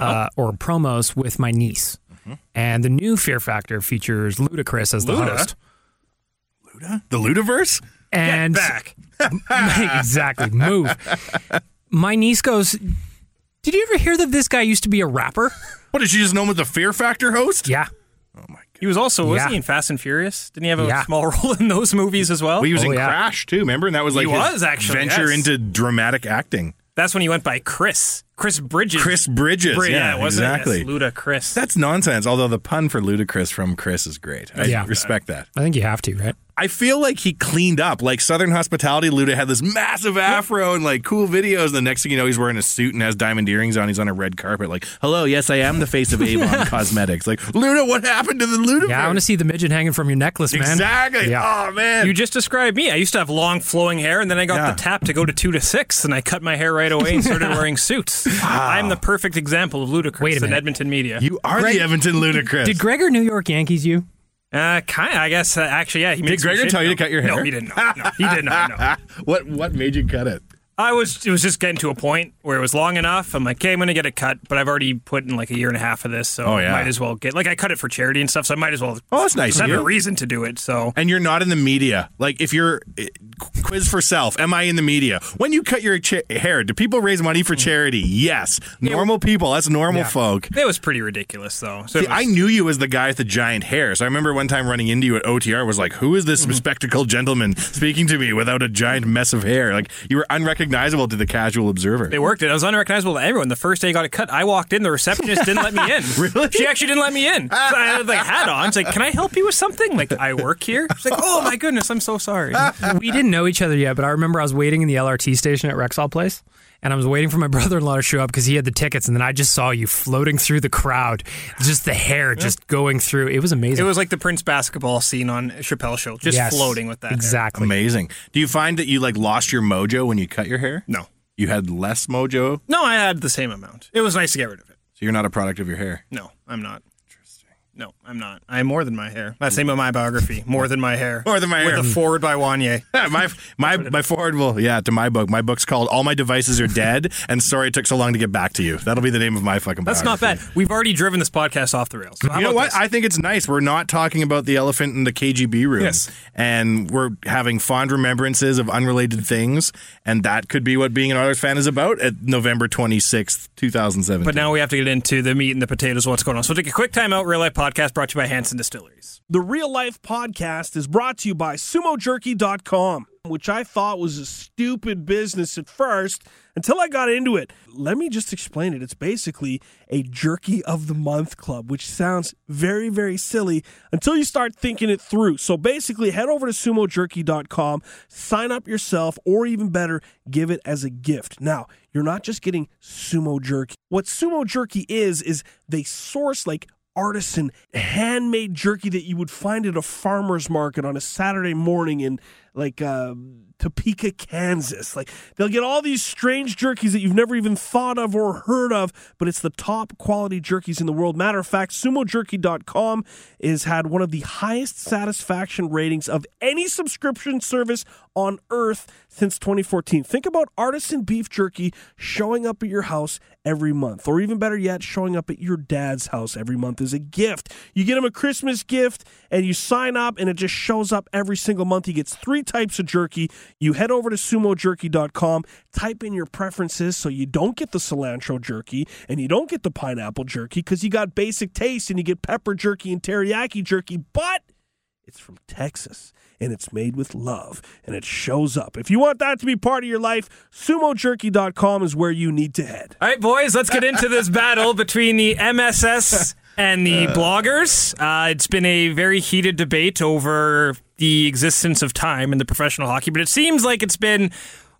Speaker 3: Oh.
Speaker 5: uh, or promos with my niece.
Speaker 3: Mm-hmm.
Speaker 5: And the new Fear Factor features Ludacris as the
Speaker 3: Luda?
Speaker 5: host.
Speaker 4: The Ludiverse?
Speaker 5: And
Speaker 3: back.
Speaker 5: exactly, move. My niece goes, "Did you ever hear that this guy used to be a rapper?"
Speaker 4: What did she just know him with the Fear Factor host?
Speaker 5: Yeah.
Speaker 3: He was also, wasn't
Speaker 5: Yeah.
Speaker 3: he in Fast and Furious? Didn't he have a
Speaker 5: Yeah.
Speaker 3: small role in those movies as well?
Speaker 4: Well, he was
Speaker 5: Oh,
Speaker 4: in
Speaker 5: yeah.
Speaker 4: Crash too, remember? And that was like
Speaker 3: He
Speaker 4: his
Speaker 3: was, actually,
Speaker 4: venture
Speaker 3: yes.
Speaker 4: into dramatic acting.
Speaker 3: That's when he went by Chris. Chris Bridges.
Speaker 4: Chris Bridges.
Speaker 3: Brid-
Speaker 4: yeah,
Speaker 3: it wasn't
Speaker 4: exactly.
Speaker 3: That's Luda Chris.
Speaker 4: That's nonsense. Although the pun for ludicrous from Chris is great. I
Speaker 5: Yeah.
Speaker 4: respect that.
Speaker 5: I think you have to, right?
Speaker 4: I feel like he cleaned up. Like Southern Hospitality, Luda had this massive afro and like cool videos. The next thing you know, he's wearing a suit and has diamond earrings on. He's on a red carpet. Like, hello, yes, I am the face of Avon Cosmetics. Like, Luda, what happened to the Luda?
Speaker 5: Yeah, I want to see the midget hanging from your necklace, man.
Speaker 4: Exactly.
Speaker 5: Yeah.
Speaker 4: Oh man.
Speaker 3: you just described me. I used to have long flowing hair, and then I got
Speaker 4: Yeah.
Speaker 3: the tap to go to two to six, and I cut my hair right away and started wearing suits. I'm the perfect example of ludicrous
Speaker 5: Wait a
Speaker 3: in
Speaker 5: minute.
Speaker 3: Edmonton media.
Speaker 4: you are
Speaker 5: Greg-
Speaker 4: the Edmonton
Speaker 3: Oh,
Speaker 4: Ludacris.
Speaker 5: Did Gregor New York Yankees you?
Speaker 3: uh, kind of, I guess. Uh, actually, yeah. He
Speaker 4: Did Gregor tell you to cut your hair?
Speaker 3: No, he didn't. No, no, he did not. No.
Speaker 4: what What made you cut it?
Speaker 3: I was. It was just getting to a point where it was long enough. I'm like, okay, I'm gonna get it cut, but I've already put in like a year and a half of this, so
Speaker 4: Oh, yeah.
Speaker 3: might as well get. Like, I cut it for charity and stuff, so I might as well.
Speaker 4: Oh, that's nice
Speaker 3: just
Speaker 4: of
Speaker 3: Have
Speaker 4: you.
Speaker 3: a reason to do it, so.
Speaker 4: And you're not in the media. Like, if you're eh, qu- quiz for self, am I in the media? When you cut your cha- hair, do people raise money for charity? Yes. Normal people. That's normal folk.
Speaker 3: It was pretty ridiculous, though. So it
Speaker 4: See,
Speaker 3: was-
Speaker 4: I knew you as the guy with the giant hair. So I remember one time running into you at OTR was like, who is
Speaker 3: Mm-hmm.
Speaker 4: this spectacled gentleman speaking to me without a giant mess of hair? Like you were unrecognizable to the casual observer.
Speaker 3: They worked it. I was unrecognizable to everyone. The first day I got it cut, I walked in. The receptionist didn't let me in. really? She actually didn't let me in. So I had like hat on. She's like, "Can I help you with something?" Like, I work here. She's like, "Oh my goodness, I'm so sorry."
Speaker 5: we didn't know each other yet, but I remember I was waiting in the LRT station at Rexall Place, and I was waiting for my brother-in-law to show up because he had the tickets, and then I just saw you floating through the crowd, just the hair just going through. It was
Speaker 3: It
Speaker 5: amazing.
Speaker 3: was like the Prince basketball scene on Chappelle Show, just
Speaker 5: Yes,
Speaker 3: floating with that. hair.
Speaker 5: Exactly.
Speaker 4: Amazing. Do you find that you like lost your mojo when you cut your hair?
Speaker 3: No,
Speaker 4: You had less mojo, so
Speaker 3: no, I had the same amount. It was nice to get rid of it.
Speaker 4: you're not a product of your hair.
Speaker 3: No, I'm not. No, I'm not. I am more than my hair. That's the name of my biography. More than my hair.
Speaker 4: More Than My Hair.
Speaker 3: With a forward by Wanye.
Speaker 4: Yeah, my my my forward will yeah to my book. My book's called "All My Devices Are Dead," and sorry it took so long to get back to you. That'll be the name of my fucking.
Speaker 3: That's not bad.
Speaker 4: biography.
Speaker 3: We've already driven this podcast off the rails. How
Speaker 4: You know
Speaker 3: about
Speaker 4: what?
Speaker 3: this?
Speaker 4: I think it's nice. We're not talking about the elephant in the KGB room,
Speaker 3: Yes.
Speaker 4: and we're having fond remembrances of unrelated things, and that could be what being an Oilers fan is about at November twenty sixth, two thousand seven.
Speaker 3: But now we have to get into the meat and the potatoes, what's going on. So we'll take a quick time out. Real Life Podcast brought to you by Hanson Distilleries.
Speaker 6: The Real Life Podcast is brought to you by sumojerky.com, which I thought was a stupid business at first until I got into it. Let me just explain it. It's basically a jerky of the month club, which sounds very, very silly until you start thinking it through. So basically, head over to sumojerky.com, sign up yourself, or even better, give it as a gift. Now, you're not just getting sumo jerky. What sumo jerky is, is they source like artisan handmade jerky that you would find at a farmer's market on a Saturday morning in like uh, Topeka, Kansas. Like they'll get all these strange jerkies that you've never even thought of or heard of, but it's the top quality jerkies in the world. Matter of fact, sumojerky.com has had one of the highest satisfaction ratings of any subscription service on earth since 2014. Think about artisan beef jerky showing up at your house every month, or even better yet, showing up at your dad's house every month as a gift. You get him a Christmas gift and you sign up, and it just shows up every single month. He gets three types of jerky. You head over to sumojerky.com, type in your preferences so you don't get the cilantro jerky and you don't get the pineapple jerky because you got basic taste and you get pepper jerky and teriyaki jerky, but it's from Texas and it's made with love and it shows up. If you want that to be part of your life, sumojerky.com is where you need to head.
Speaker 3: All right, boys, let's get into this battle between the MSS and the bloggers. Uh, it's been a very heated debate over the existence of time in the professional hockey, but it seems like it's been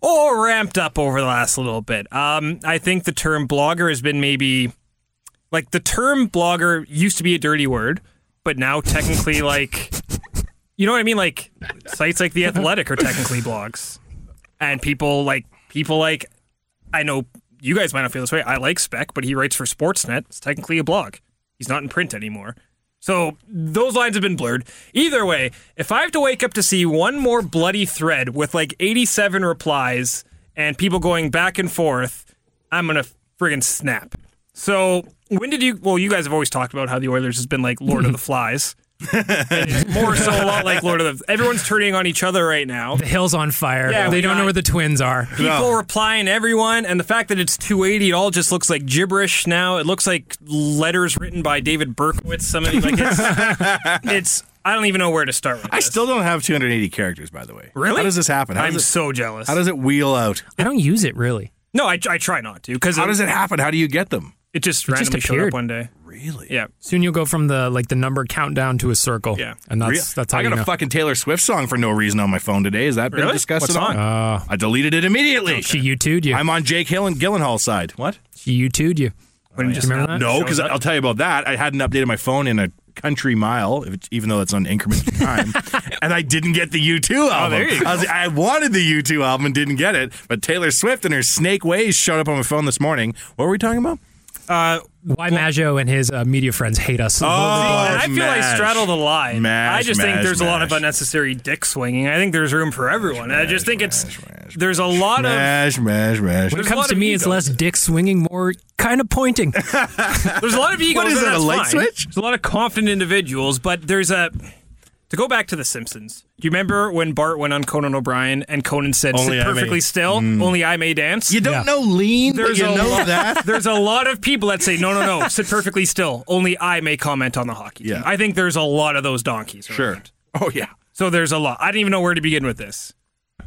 Speaker 3: all ramped up over the last little bit. Um, I think the term blogger has been maybe like the term blogger used to be a dirty word, but now technically, like, you know what I mean? Like, sites like The Athletic are technically blogs, and people like people like I know you guys might not feel this way. I like Spec, but he writes for Sportsnet. It's technically a blog. He's not in print anymore. So those lines have been blurred. Either way, if I have to wake up to see one more bloody thread with like 87 replies and people going back and forth, I'm going to friggin' snap. So when did you? Well, you guys have always talked about how the Oilers has been like Lord of the Flies. And it's more so a lot like Lord of the. Everyone's turning on each other right now
Speaker 5: The hill's on fire.
Speaker 3: Yeah,
Speaker 5: they
Speaker 3: we
Speaker 5: don't
Speaker 3: got-
Speaker 5: know where the twins are.
Speaker 3: people replying to everyone and the fact that it's 280 it all just looks like gibberish now it looks like letters written by david berkowitz somebody like it's, it's i don't even know where to start with
Speaker 4: I
Speaker 3: this.
Speaker 4: still don't have 280 characters, by the way.
Speaker 3: Really?
Speaker 4: How does this happen? How
Speaker 3: i'm
Speaker 4: does it,
Speaker 3: so jealous
Speaker 4: how does it wheel out?
Speaker 5: I don't use it really.
Speaker 3: No, I, I try not to because
Speaker 4: How
Speaker 3: it,
Speaker 4: does it happen? How do you get them?
Speaker 3: it just
Speaker 5: just
Speaker 3: randomly showed
Speaker 5: appeared.
Speaker 3: up one day.
Speaker 4: Really?
Speaker 3: Yeah.
Speaker 5: Soon you'll go from the like the number countdown to a circle.
Speaker 3: Yeah.
Speaker 5: and that's
Speaker 4: Re-
Speaker 5: that's how
Speaker 4: I got
Speaker 5: you
Speaker 4: a
Speaker 5: know.
Speaker 4: fucking Taylor Swift song for no reason on my phone today. Has that been
Speaker 3: Really? Oh,
Speaker 4: discussed
Speaker 3: What
Speaker 4: at all?
Speaker 3: song?
Speaker 4: I deleted it immediately.
Speaker 5: She you would you.
Speaker 4: I'm on Jake Hill and Gyllenhaal's side. What?
Speaker 5: she you would you.
Speaker 3: When
Speaker 5: Do you remember that?
Speaker 4: No,
Speaker 3: shows
Speaker 4: because
Speaker 3: up.
Speaker 4: I'll tell you about that. I hadn't updated my phone in a country mile, if it's- even though that's on increments of time, and I didn't get the U2 album.
Speaker 3: Oh, there you go.
Speaker 4: I, was- I wanted the U2 album and didn't get it, but Taylor Swift and her Snake Ways showed up on my phone this morning. What were we talking about?
Speaker 3: Uh,
Speaker 5: Why Maggio and his uh, media friends hate us.
Speaker 3: Oh,
Speaker 5: Oh,
Speaker 3: I feel
Speaker 4: Mash.
Speaker 3: I straddle the line.
Speaker 4: Mash,
Speaker 3: I just think
Speaker 4: mash,
Speaker 3: there's a lot of
Speaker 4: mash.
Speaker 3: unnecessary dick swinging. I think there's room for everyone. I just think it's there's a lot
Speaker 4: Mash, mash, mash.
Speaker 5: when
Speaker 3: there's
Speaker 5: it
Speaker 3: a
Speaker 5: comes
Speaker 3: lot
Speaker 5: to
Speaker 3: of
Speaker 5: me, it's
Speaker 3: egos.
Speaker 5: less dick swinging, more kind of pointing.
Speaker 3: of there's a lot of egos.
Speaker 4: What is
Speaker 3: and
Speaker 4: it, a
Speaker 3: that's
Speaker 4: light
Speaker 3: fine.
Speaker 4: switch?
Speaker 3: There's a lot of confident individuals, but there's a to go back to the Simpsons. Do you remember when Bart went on Conan O'Brien and Conan said,
Speaker 4: Only
Speaker 3: "Sit
Speaker 4: I may- Mm.
Speaker 3: perfectly still, only I may dance."
Speaker 4: You don't know lean,
Speaker 3: There's
Speaker 4: but you
Speaker 3: a
Speaker 4: know
Speaker 3: lot-
Speaker 4: that.
Speaker 3: There's a lot of people that say, no, no, no, sit perfectly still. Only I may comment on the hockey. team."
Speaker 4: Yeah.
Speaker 3: I think there's a lot of those donkeys. around.
Speaker 4: Sure. Oh yeah.
Speaker 3: So there's a lot. I didn't even know where to begin with this.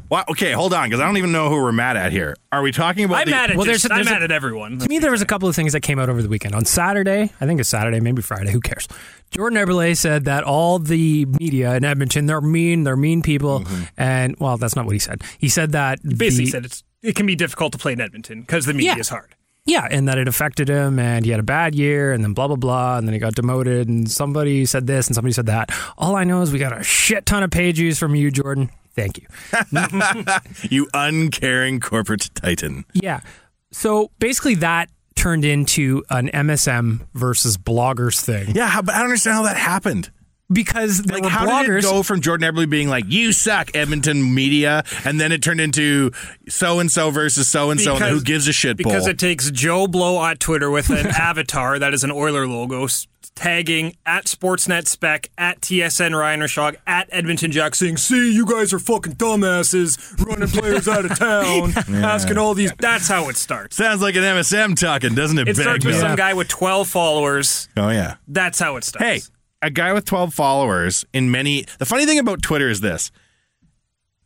Speaker 4: Well, okay, hold on, because I don't even know who we're mad at here. Are we talking about?
Speaker 3: I'm
Speaker 4: the-
Speaker 3: mad at
Speaker 5: Well,
Speaker 3: just-
Speaker 5: there's a- there's
Speaker 3: I'm
Speaker 5: a-
Speaker 3: mad at everyone.
Speaker 5: to me, there was a couple of things that came out over the weekend. On Saturday, I think it's Saturday, maybe Friday, who cares? Jordan Eberle said that all the media in Edmonton, they're mean, they're mean people. And, well, that's not what he said. He said that.
Speaker 3: Mm-hmm. Basically,
Speaker 5: the-
Speaker 3: said it's it can be difficult to play in Edmonton because the media
Speaker 5: Yeah.
Speaker 3: is hard.
Speaker 5: Yeah, and that it affected him and he had a bad year and then blah, blah, blah. And then he got demoted and somebody said this and somebody said that. All I know is we got a shit ton of page views from you, Jordan. Thank you.
Speaker 4: you uncaring corporate titan.
Speaker 5: Yeah. So basically, that turned into an MSM versus bloggers thing
Speaker 4: Yeah, how, but I don't understand how that happened.
Speaker 5: because there
Speaker 4: Like,
Speaker 5: were
Speaker 4: how did
Speaker 5: bloggers.
Speaker 4: it go from Jordan Eberle being like, "You suck, Edmonton media," and then it turned into so and so versus so and so, and
Speaker 3: Because-
Speaker 4: who gives a shit?
Speaker 3: Because
Speaker 4: bowl.
Speaker 3: it takes Joe Blow on Twitter with an avatar that is an Oiler logo, s- tagging at Sportsnet Spec, at TSN Ryan Rashog, at Edmonton Jack, saying, See, you guys are fucking dumbasses running players out of town, asking all these. That's how it starts.
Speaker 4: sounds like an MSM talking, doesn't it?
Speaker 3: It starts with
Speaker 4: Benjamin?
Speaker 3: some guy with 12 followers.
Speaker 4: Oh yeah.
Speaker 3: That's how it starts.
Speaker 4: Hey, a guy with 12 followers in many. The funny thing about Twitter is this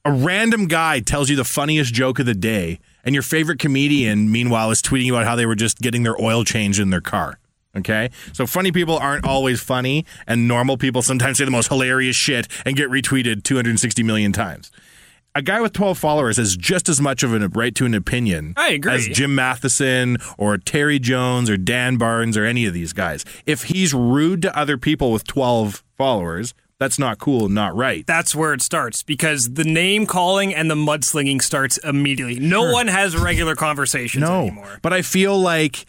Speaker 4: a random guy tells you the funniest joke of the day, and your favorite comedian, meanwhile, is tweeting about how they were just getting their oil changed in their car. Okay? So funny people aren't always funny, and normal people sometimes say the most hilarious shit and get retweeted 260 million times. A guy with 12 followers has just as much of a right to an opinion
Speaker 3: I agree.
Speaker 4: as Jim Matheson or Terry Jones or Dan Barnes or any of these guys. If he's rude to other people with 12 followers, that's not cool, and not right.
Speaker 3: that's where it starts because the name calling and the mudslinging starts immediately. No one has regular conversations anymore.
Speaker 4: But I feel like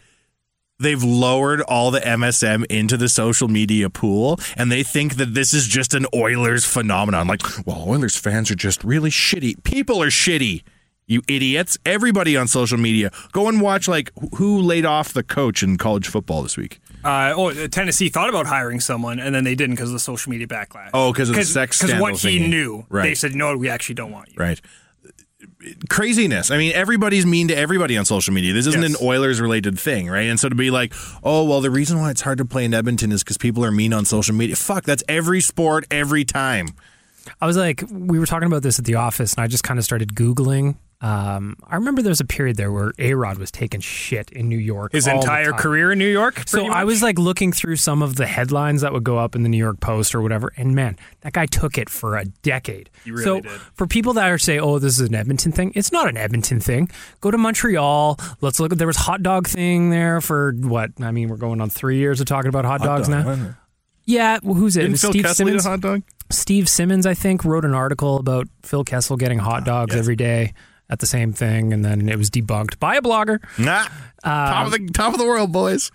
Speaker 4: they've lowered all the MSM into the social media pool and they think that this is just an Oilers phenomenon. Like, well, Oilers fans are just really shitty. People are shitty. You idiots. Everybody on social media. Go and watch like wh- who laid off the coach in college football this week.
Speaker 3: Uh, oh, Tennessee thought about hiring someone and then they didn't because of the social media backlash.
Speaker 4: Oh, 'cause of the sex
Speaker 3: Because what
Speaker 4: scandal
Speaker 3: he
Speaker 4: thingy.
Speaker 3: knew, they
Speaker 4: Right.
Speaker 3: said, "No, we actually don't want you."
Speaker 4: Right. Craziness. I mean, everybody's mean to everybody on social media. This isn't
Speaker 3: Yes.
Speaker 4: an Oilers related thing, right? And so to be like, oh, well, the reason why it's hard to play in Edmonton is because people are mean on social media. Fuck, that's every sport, every time.
Speaker 5: I was like, we were talking about this at the office, and I just kind of started Googling. Um, I remember there was a period there where A Rod was taking shit in New York.
Speaker 3: His
Speaker 5: all the
Speaker 3: entire
Speaker 5: time.
Speaker 3: career in New York.
Speaker 5: So
Speaker 3: pretty
Speaker 5: I
Speaker 3: much?
Speaker 5: was like looking through some of the headlines that would go up in the New York Post or whatever, and man, that guy took it for a decade.
Speaker 3: really
Speaker 5: so
Speaker 3: did.
Speaker 5: for people that are say, "Oh, this is an Edmonton thing," it's not an Edmonton thing. Go to Montreal. Let's look. at There was hot dog thing there for what? I mean, we're going on three years of talking about hot, dogs now. Yeah, well, who's it? it
Speaker 4: Didn't
Speaker 5: was
Speaker 4: Phil
Speaker 5: Steve
Speaker 4: Kessel eat a
Speaker 5: Simmons.
Speaker 4: hot dog?
Speaker 5: Steve Simmons, I think, wrote an article about Phil Kessel getting hot dogs every day at the same thing, and then it was debunked by a blogger.
Speaker 4: Nah.
Speaker 3: Um,
Speaker 4: top, of the, top of the world, boys.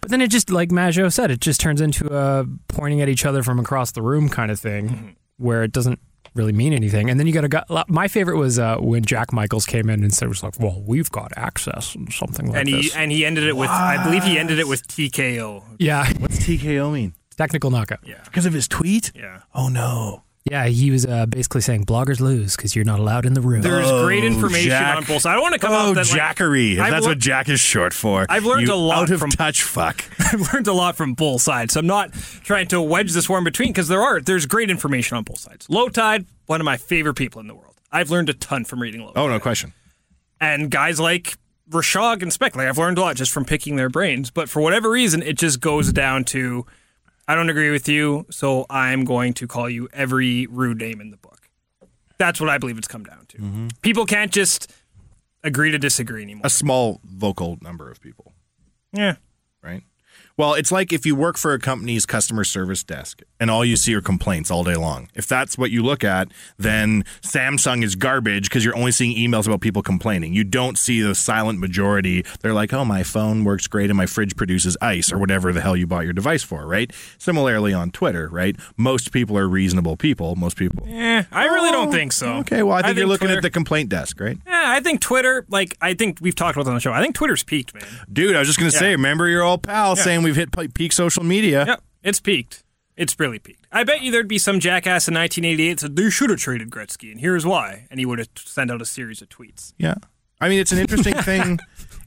Speaker 5: But then it just, like Maggio said, it just turns into a pointing at each other from across the room kind of thing,
Speaker 3: Mm-hmm.
Speaker 5: where it doesn't really mean anything. And then you got a guy. My favorite was uh, when Jack Michaels came in and said, "Was like, well, we've got access and something like
Speaker 3: and he
Speaker 5: this."
Speaker 3: and he ended it with, I believe he ended it with TKO.
Speaker 5: yeah,
Speaker 4: What's TKO mean?
Speaker 5: technical knockout. Yeah,
Speaker 4: Because of his tweet?
Speaker 3: Yeah.
Speaker 4: Oh, no.
Speaker 5: he was uh, basically saying bloggers lose because you're not allowed in the room.
Speaker 3: There's great
Speaker 4: Oh,
Speaker 3: information
Speaker 4: Jack.
Speaker 3: on both sides. I don't want to come
Speaker 4: oh,
Speaker 3: out that like,
Speaker 4: Jackery. if
Speaker 3: I've
Speaker 4: that's
Speaker 3: lear-
Speaker 4: what Jack is short for.
Speaker 3: I've learned
Speaker 4: You
Speaker 3: a lot
Speaker 4: out of
Speaker 3: from-
Speaker 4: touch fuck.
Speaker 3: I've learned a lot from both sides. So I'm not trying to wedge this war in between because there are there's great information on both sides. Low Tide, one of my favorite people in the world. I've learned a ton from reading Low Tide.
Speaker 4: Oh, no question.
Speaker 3: And guys like Rashog and Speck. Like I've learned a lot just from picking their brains, but for whatever reason, it just goes down to I don't agree with you, so I'm going to call you every rude name in the book. That's what I believe it's come down to.
Speaker 4: Mm-hmm.
Speaker 3: People can't just agree to disagree anymore.
Speaker 4: a small vocal number of people,
Speaker 3: yeah.
Speaker 4: right? Well, it's like if you work for a company's customer service desk and all you see are complaints all day long. If that's what you look at, then Samsung is garbage because you're only seeing emails about people complaining. You don't see the silent majority. They're like, oh, my phone works great and my fridge produces ice or whatever the hell you bought your device for, right? Similarly on Twitter, right? Most people are reasonable people. Most people.
Speaker 3: Eh, I really don't think so.
Speaker 4: Oh, Okay, well, I think, you're looking
Speaker 3: Twitter-
Speaker 4: at the complaint desk, right?
Speaker 3: Yeah, I think Twitter, like, I think we've talked about this on the show. I think Twitter's peaked, man.
Speaker 4: Dude, I was just going to say, remember your old pal
Speaker 3: Yeah.
Speaker 4: saying we've hit pe- peak social media?
Speaker 3: Yep, it's peaked. It's really peaked. I bet you there'd be some jackass in 1988 that said they should have traded Gretzky, and here's why. And he would have sent out a series of tweets.
Speaker 4: Yeah. I mean, it's an interesting thing.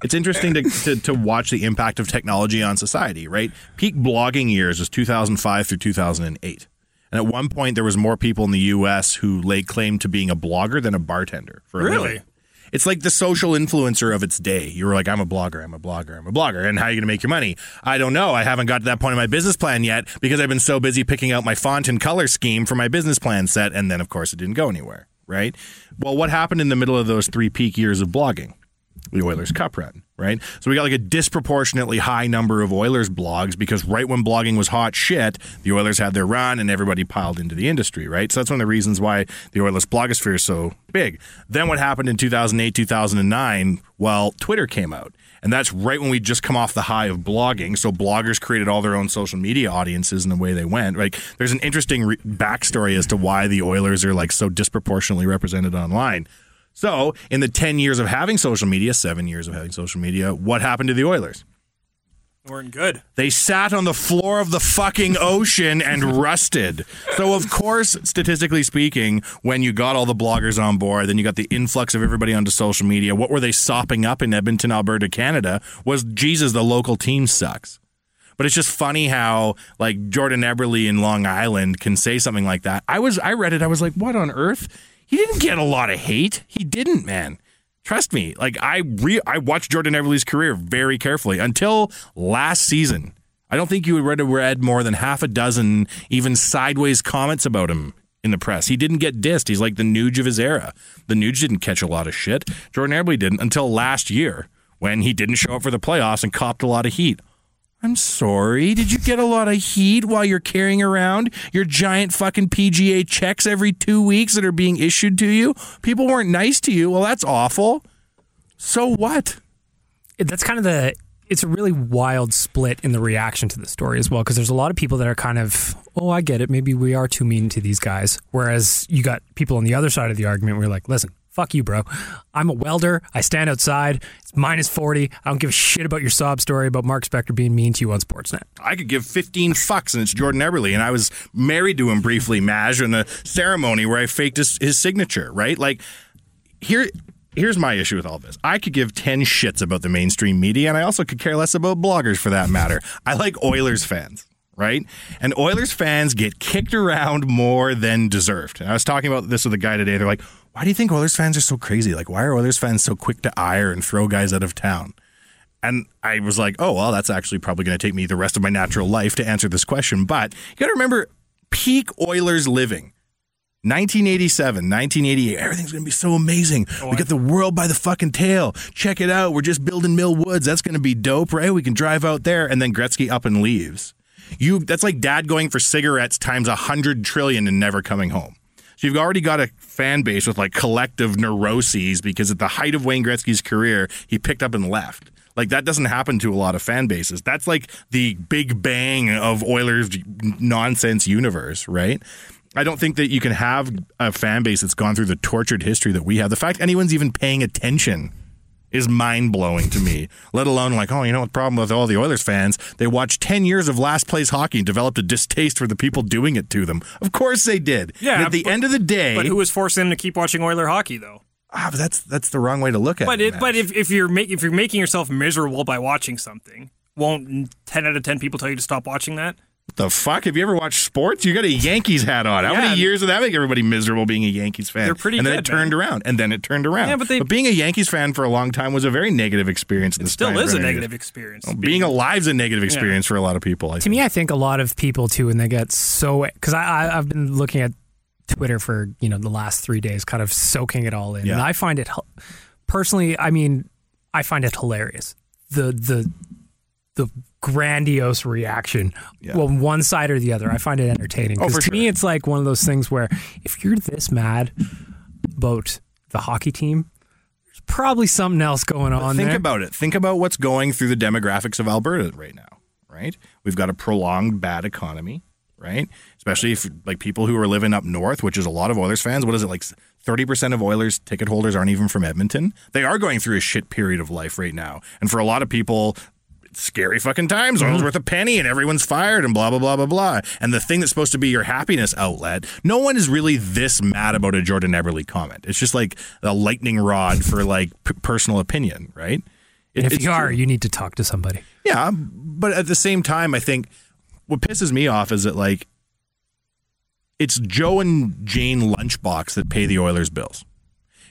Speaker 4: It's interesting to, to, to watch the impact of technology on society, right? Peak blogging years was 2005 through 2008. And at one point, there was more people in the U.S. who laid claim to being a blogger than a bartender. For a
Speaker 3: Really?
Speaker 4: living. It's like the social influencer of its day. You were like, I'm a blogger, I'm a blogger, I'm a blogger. And how are you going to make your money? I don't know. I haven't got to that point in my business plan yet because I've been so busy picking out my font and color scheme for my business plan set. And then, of course, it didn't go anywhere, right? Well, what happened in the middle of those three peak years of blogging? the Oilers Cup run, right? So we got like a disproportionately high number of Oilers blogs because right when blogging was hot shit, the Oilers had their run and everybody piled into the industry, right? So that's one of the reasons why the Oilers blogosphere is so big. Then what happened in 2008, 2009? Well, Twitter came out. And that's right when we just come off the high of blogging. So bloggers created all their own social media audiences and the way they went. Like, there's an interesting re- backstory as to why the Oilers are like so disproportionately represented online. So, in the 10 years of having social media, seven years of having social media, what happened to the Oilers?
Speaker 3: They weren't good.
Speaker 4: They sat on the floor of the fucking ocean and rusted. So, of course, statistically speaking, when you got all the bloggers on board, then you got the influx of everybody onto social media, what were they sopping up in Edmonton, Alberta, Canada was Jesus, the local team sucks. But it's just funny how like Jordan Eberle in Long Island can say something like that. I was I read it. I was like, what on earth? He didn't get a lot of hate. He didn't, man. Trust me. Like I re- I watched Jordan Everly's career very carefully until last season. I don't think you would read read more than half a dozen even sideways comments about him in the press. He didn't get dissed. He's like the Nuge of his era. The Nuge didn't catch a lot of shit. Jordan Everly didn't until last year when he didn't show up for the playoffs and copped a lot of heat. I'm sorry. Did you get a lot of heat while you're carrying around your giant fucking PGA checks every two weeks that are being issued to you? People weren't nice to you. Well, that's awful. So what?
Speaker 5: that's kind of the it's a really wild split in the reaction to the story as well because there's a lot of people that are kind of oh i get it maybe we are too mean to these guys whereas you got people on the other side of the argument where you're like listen fuck you bro i'm a welder i stand outside it's minus 40 i don't give a shit about your sob story about mark spector being mean to you on sportsnet
Speaker 4: I could give 15 fucks, and it's Jordan Everly. And I was married to him briefly, Maj, in a ceremony where I faked his, his signature, right? Like, here. Here's my issue with all this. I could give 10 shits about the mainstream media, and I also could care less about bloggers for that matter. I like Oilers fans, right? And Oilers fans get kicked around more than deserved. And I was talking about this with a guy today. They're like, why do you think Oilers fans are so crazy? Like, why are Oilers fans so quick to ire and throw guys out of town? And I was like, oh, well, that's actually probably going to take me the rest of my natural life to answer this question. But you got to remember peak Oilers living. 1987, 1988, everything's going to be so amazing. we got the world by the fucking tail. Check it out. We're just building Mill Woods. That's going to be dope, right? We can drive out there. And then Gretzky up and leaves. You That's like dad going for cigarettes times 100 trillion and never coming home. So you've already got a fan base with like collective neuroses because at the height of Wayne Gretzky's career, he picked up and left. Like that doesn't happen to a lot of fan bases. That's like the big bang of Oilers nonsense universe, right? I don't think that you can have a fan base that's gone through the tortured history that we have. The fact anyone's even paying attention is mind blowing to me. Let alone like, oh, you know what the problem with all the Oilers fans? They watched ten years of last place hockey and developed a distaste for the people doing it to them. Of course they did.
Speaker 3: Yeah,
Speaker 4: And at the
Speaker 3: but-
Speaker 4: end of the day,
Speaker 3: But who was forcing them to keep watching Oiler hockey, though?
Speaker 4: ah, but that's that's the wrong way to look at
Speaker 3: But
Speaker 4: it.
Speaker 3: it,
Speaker 4: Matt.
Speaker 3: but if, if you're make, if you're making yourself miserable by watching something, won't ten out of ten people tell you to stop watching that?
Speaker 4: The fuck? Have you ever watched sports? You got a Yankees hat on. How
Speaker 3: Yeah.
Speaker 4: many years did that make everybody miserable being a Yankees fan?
Speaker 3: They're pretty
Speaker 4: And then
Speaker 3: good,
Speaker 4: it turned around. And then it turned around.
Speaker 3: Yeah, but they-
Speaker 4: being a Yankees fan for a long time was a very negative experience.
Speaker 3: It
Speaker 4: In this
Speaker 3: still
Speaker 4: time
Speaker 3: is a
Speaker 4: frame.
Speaker 3: negative experience.
Speaker 4: Being alive's a negative experience for a lot of people. I
Speaker 5: To
Speaker 4: think.
Speaker 5: me, I think a lot of people too, when they get so because I, I I've been looking at Twitter for you know the last three days, kind of soaking it all in,
Speaker 4: Yeah.
Speaker 5: and I find it hel- personally. I mean, I find it hilarious the the the grandiose reaction, well, one side or the other. I find it entertaining.
Speaker 4: Oh,
Speaker 5: 'Cause
Speaker 4: for
Speaker 5: to me, it's like one of those things where if you're this mad about the hockey team, there's probably something else going on
Speaker 4: Think
Speaker 5: there.
Speaker 4: about it. Think about what's going through the demographics of Alberta right now, right? We've got a prolonged bad economy, right? Especially if like people who are living up north, which is a lot of Oilers fans, what is it like 30% of Oilers ticket holders aren't even from Edmonton? They are going through a shit period of life right now. And for a lot of people, it's scary fucking times. Oil's
Speaker 5: Mm-hmm.
Speaker 4: worth a penny and everyone's fired and blah blah blah blah blah. And the thing that's supposed to be your happiness outlet, no one is really this mad about a Jordan Eberle comment. It's just like a lightning rod for like p- personal opinion, right? It-
Speaker 5: and if
Speaker 4: it's
Speaker 5: you are,
Speaker 4: true.
Speaker 5: you need to talk to somebody.
Speaker 4: yeah. But at the same time, I think what pisses me off is that like it's Joe and Jane Lunchbox that pay the Oilers bills.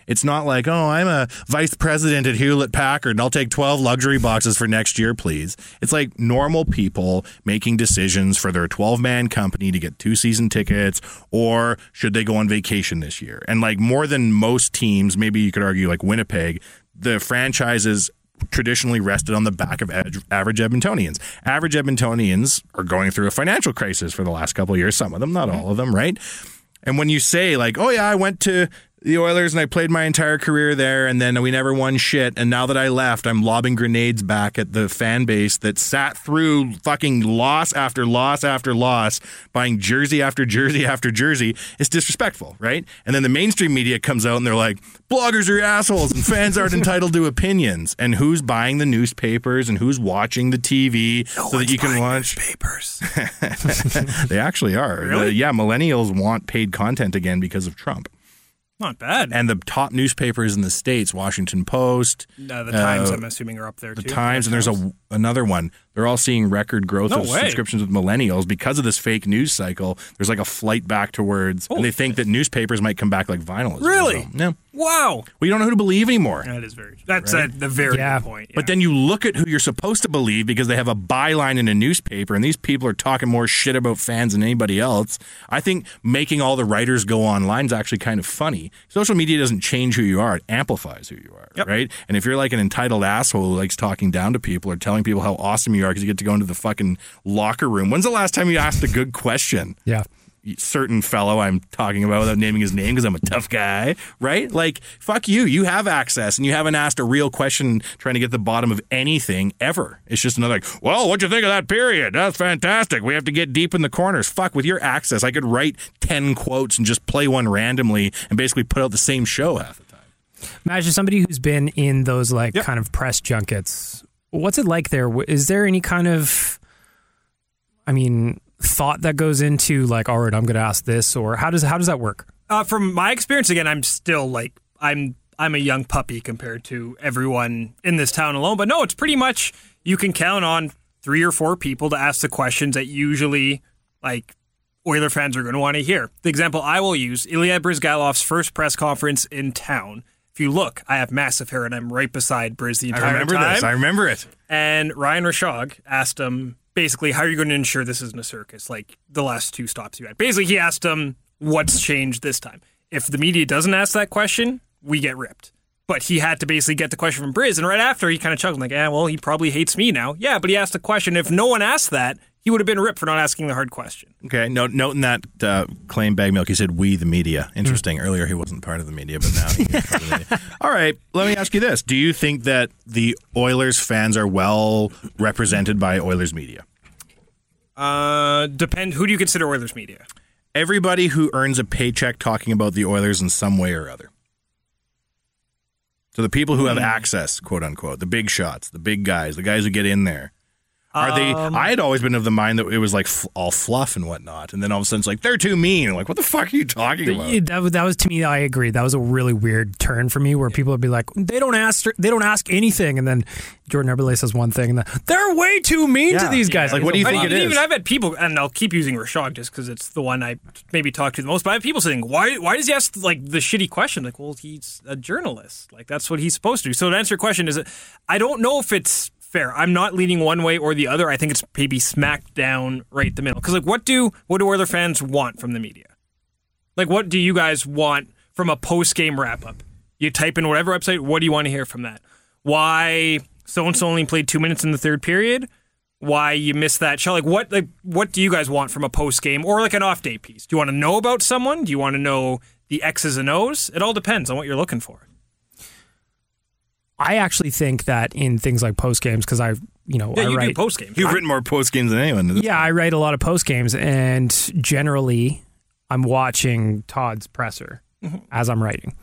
Speaker 4: It's not like, oh, I'm a vice president at Hewlett Packard and I'll take 12 luxury boxes for next year, please. It's like normal people making decisions for their 12 man company to get two season tickets or should they go on vacation this year? And like more than most teams, maybe you could argue like Winnipeg, the franchises traditionally rested on the back of ad- average Edmontonians. Average Edmontonians are going through a financial crisis for the last couple of years, some of them, not all of them, right? And when you say like, "Oh yeah, I went to the Oilers and I played my entire career there, and then we never won shit, and now that I left, I'm lobbing grenades back at the fan base that sat through fucking loss after loss after loss, buying jersey after jersey after jersey," it's disrespectful, right? And then the mainstream media comes out and they're like, "Bloggers are assholes, and fans aren't entitled to opinions." And who's buying the newspapers and who's watching the TV so that you can watch?
Speaker 3: Papers.
Speaker 4: They actually are.
Speaker 3: Really?
Speaker 4: The- yeah, millennials want paid content again because of Trump.
Speaker 3: Not bad.
Speaker 4: And the top newspapers in the states, Washington Post,
Speaker 3: Uh, the Times,
Speaker 4: Uh,
Speaker 3: I'm assuming, are up there
Speaker 4: the
Speaker 3: too.
Speaker 4: Times, and there's a another one. They're all seeing record growth
Speaker 3: No
Speaker 4: of
Speaker 3: way.
Speaker 4: subscriptions with millennials because of this fake news cycle. There's like a flight back towards, and they think that newspapers might come back like vinyl. is.
Speaker 3: Really?
Speaker 4: So, no,
Speaker 3: Wow.
Speaker 4: we don't know who to believe anymore.
Speaker 3: That is very. That's a, the very
Speaker 5: Yeah.
Speaker 3: good point.
Speaker 4: But
Speaker 3: yeah.
Speaker 4: then you look at who you're supposed to believe because they have a byline in a newspaper, and these people are talking more shit about fans than anybody else. I think making all the writers go online is actually kind of funny. Social media doesn't change who you are; it amplifies who you are, right? And if you're like an entitled asshole who likes talking down to people or telling people how awesome you are because you get to go into the fucking locker room, when's the last time you asked a good question?
Speaker 5: Yeah.
Speaker 4: certain fellow I'm talking about without naming his name because I'm a tough guy, right? Like, fuck you. You have access and you haven't asked a real question trying to get the bottom of anything ever. It's just another, like, well, what'd you think of that period? That's fantastic. We have to get deep in the corners. Fuck, with your access, I could write 10 quotes and just play one randomly and basically put out the same show half the time.
Speaker 5: Imagine somebody who's been in those like kind of press junkets. What's it like there? Wh- Is there any kind of, I mean, thought that goes into like, all right, I'm going to ask this, or how does how does that work?
Speaker 3: uh, from my experience, again, I'm still like I'm I'm a young puppy compared to everyone in this town alone. But no, it's pretty much you can count on three or four people to ask the questions that usually like Oiler fans are going to want to hear. The example I will use: Ilya Brizgalov's first press conference in town. If you look, I have massive hair and I'm right beside Briz the entire
Speaker 4: I remember
Speaker 3: time.
Speaker 4: this. I remember it.
Speaker 3: And Ryan Rashog asked him basically, how are you going to ensure this isn't a circus like the last two stops you had? Basically, he asked him, what's changed this time? If the media doesn't ask that question, we get ripped. But he had to basically get the question from Briz. And right after, he kind of chuckled, like, yeah, well, he probably hates me now. Yeah, but he asked a question. If no one asked that, he would have been ripped for not asking the hard question.
Speaker 4: Okay, note noting that uh, claim bag milk. He said we the media. Interesting. Earlier he wasn't part of the media, but now he is part of the media. All right, let me ask you this: Do you think that the Oilers fans are well represented by Oilers media?
Speaker 3: Uh, depend. Who do you consider Oilers media?
Speaker 4: Everybody who earns a paycheck talking about the Oilers in some way or other. So the people who have access, quote unquote, the big shots, the big guys, the guys who get in there, Are they? I had always been of the mind that it was like f- all fluff and whatnot, and then all of a sudden it's like they're too mean. like, what the fuck are you talking about?
Speaker 5: Yeah, that was that was to me. I agree. That was a really weird turn for me, where people would be like, "They don't ask. They don't ask anything," and then Jordan Eberle says one thing, and then they're way too mean to
Speaker 4: Yeah.
Speaker 5: these guys.
Speaker 4: Like, what do you
Speaker 3: I
Speaker 4: think
Speaker 3: mean,
Speaker 4: it is?
Speaker 3: Even I've had people, and I'll keep using Rashog just because it's the one I maybe talk to the most. But I have people saying, "Why? Why does he ask like the shitty question?" Like, well, he's a journalist. Like that's what he's supposed to do. So to answer your question is, I don't know if it's fair. I'm not leaning one way or the other. I think it's maybe smack down right the middle. Because like, what do what do other fans want from the media? Like, what do you guys want from a post game wrap up? You type in whatever website, what do you want to hear from that? Why so and so only played two minutes in the third period? Why you missed that shot? Like, what like what do you guys want from a post game or like an off day piece? Do you want to know about someone? Do you want to know the X's and O's? It all depends on what you're looking for.
Speaker 5: I actually think that in things like post games, because I, you know,
Speaker 3: Yeah,
Speaker 5: I
Speaker 3: you do
Speaker 5: write,
Speaker 3: post game.
Speaker 4: You've written more post games than anyone.
Speaker 5: yeah, I write a lot of post games, and generally, I'm watching Todd's presser
Speaker 3: Mm-hmm.
Speaker 5: as I'm writing.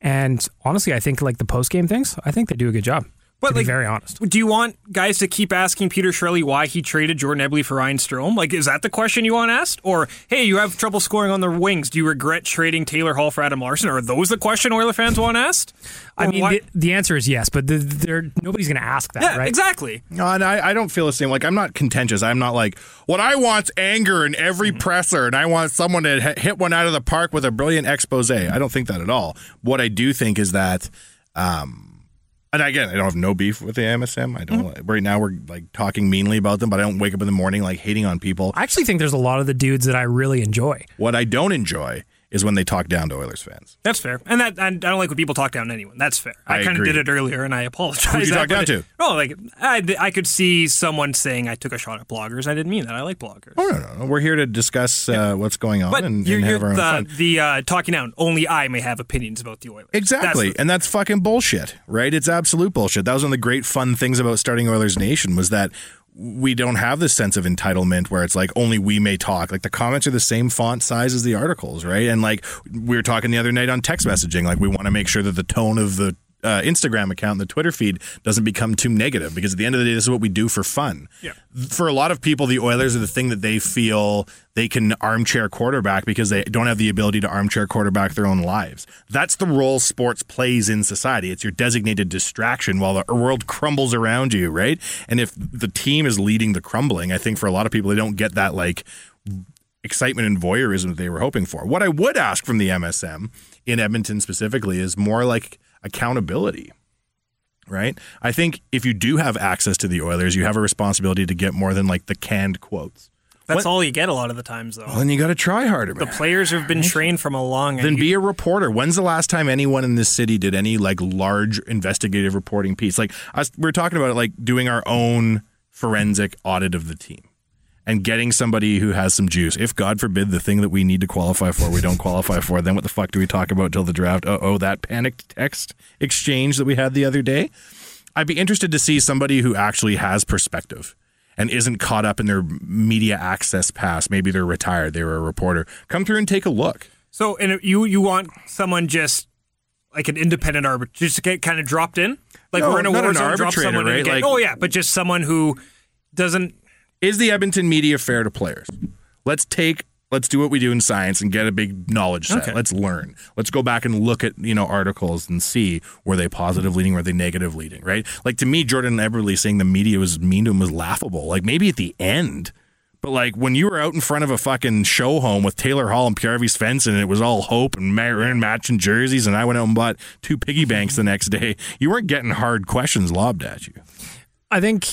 Speaker 5: And honestly, I think like the post game things, I think they do a good job.
Speaker 3: But,
Speaker 5: to be
Speaker 3: like,
Speaker 5: very honest,
Speaker 3: Do you want guys to keep asking Peter Shirley why he traded Jordan Eberle for Ryan Strom? Like, is that the question you want asked? Or, hey, you have trouble scoring on the wings. Do you regret trading Taylor Hall for Adam Larson? Are those the question Oiler fans want asked?
Speaker 5: I
Speaker 3: Or
Speaker 5: mean,
Speaker 3: why-
Speaker 5: the, the answer is yes, but the, there nobody's going to ask that,
Speaker 3: yeah,
Speaker 5: right?
Speaker 3: exactly.
Speaker 4: No, and I, I don't feel the same. Like I'm not contentious. I'm not like what I want's anger in every
Speaker 3: Mm-hmm.
Speaker 4: presser, and I want someone to h- hit one out of the park with a brilliant expose. I don't think that at all. What I do think is that, um, and again, I don't have no beef with the MSM. I
Speaker 3: Mm-hmm.
Speaker 4: don't. Right now, we're like talking meanly about them, but I don't wake up in the morning like hating on people.
Speaker 5: I actually think there's a lot of the dudes that I really enjoy.
Speaker 4: What I don't enjoy is when they talk down to Oilers fans.
Speaker 3: That's fair. And that and I don't like when people talk down to anyone. That's fair. I,
Speaker 4: I
Speaker 3: kind of
Speaker 4: agree.
Speaker 3: did it earlier, and I apologize.
Speaker 4: Who'd you talk
Speaker 3: I-
Speaker 4: down to?
Speaker 3: No, like I, I could see someone saying I took a shot at bloggers. I didn't mean that. I like bloggers.
Speaker 4: Oh no, no, no. We're here to discuss uh, what's going on
Speaker 3: But
Speaker 4: and,
Speaker 3: you're,
Speaker 4: and
Speaker 3: you're
Speaker 4: have our own
Speaker 3: the,
Speaker 4: fun.
Speaker 3: the uh, talking down. Only I may have opinions about the Oilers. That's the
Speaker 4: Exactly. and that's fucking bullshit, right? It's absolute bullshit. That was one of the great fun things about starting Oilers Nation was that we don't have this sense of entitlement where it's like only we may talk. Like the comments are the same font size as the articles, right? And like we were talking the other night on text messaging, like we want to make sure that the tone of the uh, Instagram account and the Twitter feed doesn't become too negative because at the end of the day, this is what we do for fun. Yeah. For a lot of people, the Oilers are the thing that they feel they can armchair quarterback because they don't have the ability to armchair quarterback their own lives. That's the role sports plays in society. It's your designated distraction while the world crumbles around you, right? And if the team is leading the crumbling, I think for a lot of people, they don't get that like excitement and voyeurism that they were hoping for. What I would ask from the MSM in Edmonton specifically is more like accountability. Right? I think if you do have access to the Oilers, you have a responsibility to get more than like the canned quotes.
Speaker 3: That's all you get a lot of the times, though.
Speaker 4: Well, then you got to try harder,
Speaker 3: the
Speaker 4: man.
Speaker 3: players have been trained from a long.
Speaker 4: then be a reporter. When's the last time anyone in this city did any like large investigative reporting piece? Like I was, we were talking about like doing our own forensic audit of the team and getting somebody who has some juice. If God forbid the thing that we need to qualify for, we don't qualify for, then what the fuck do we talk about till the draft? Uh oh, that panicked text exchange that we had the other day. I'd be interested to see somebody who actually has perspective and isn't caught up in their media access pass. Maybe they're retired, they were a reporter. Come through and take a look.
Speaker 3: so, and you you want someone just like an independent arbiter, just to get kind of dropped in, like
Speaker 4: No,
Speaker 3: we're in a
Speaker 4: not
Speaker 3: war
Speaker 4: an
Speaker 3: zone, drop
Speaker 4: arbitrator,
Speaker 3: someone in
Speaker 4: right?
Speaker 3: and get-
Speaker 4: Like-
Speaker 3: oh yeah, but just someone who doesn't.
Speaker 4: is the Edmonton media fair to players? Let's take let's do what we do in science and get a big knowledge set.
Speaker 3: Okay.
Speaker 4: Let's learn. Let's go back and look at, you know, articles and see were they positive leading, were they negative leading, right? Like to me, Jordan Eberle saying the media was mean to him was laughable. Like maybe at the end. But like when you were out in front of a fucking show home with Taylor Hall and Pierre Svensson and it was all hope and maroon matching jerseys and I went out and bought two piggy banks the next day, you weren't getting hard questions lobbed at you.
Speaker 5: I think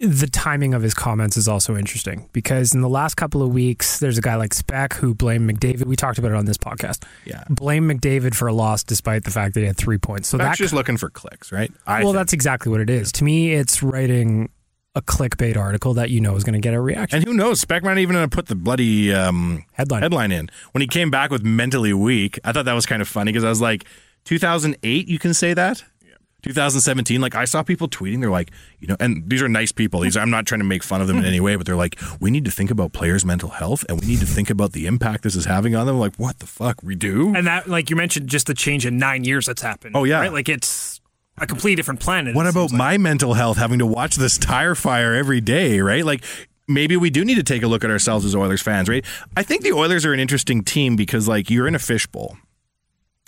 Speaker 5: the timing of his comments is also interesting because in the last couple of weeks, there's a guy like Speck who blamed McDavid. We talked about it on this podcast.
Speaker 4: Yeah.
Speaker 5: Blamed McDavid for a loss despite the fact that he had three points. So
Speaker 4: That's
Speaker 5: that
Speaker 4: just looking for clicks, right? I
Speaker 5: well,
Speaker 4: think.
Speaker 5: that's exactly what it is. To me, it's writing a clickbait article that you know is going to get a reaction.
Speaker 4: And who knows? Speck might even have put the bloody um,
Speaker 5: Headline.
Speaker 4: headline in. When he came back with mentally weak, I thought that was kind of funny because I was like, 2008, you can say that? 2017, like I saw people tweeting, they're like, you know, and these are nice people. These I'm not trying to make fun of them in any way, but they're like, we need to think about players' mental health and we need to think about the impact this is having on them. Like, what the fuck we do?
Speaker 3: And that, like you mentioned, just the change in nine years that's happened.
Speaker 4: Oh, yeah.
Speaker 3: right. Like it's a completely different planet. it
Speaker 4: What about
Speaker 3: seems like.
Speaker 4: my mental health having to watch this tire fire every day, right? Like maybe we do need to take a look at ourselves as Oilers fans, right? I think the Oilers are an interesting team because like you're in a fishbowl.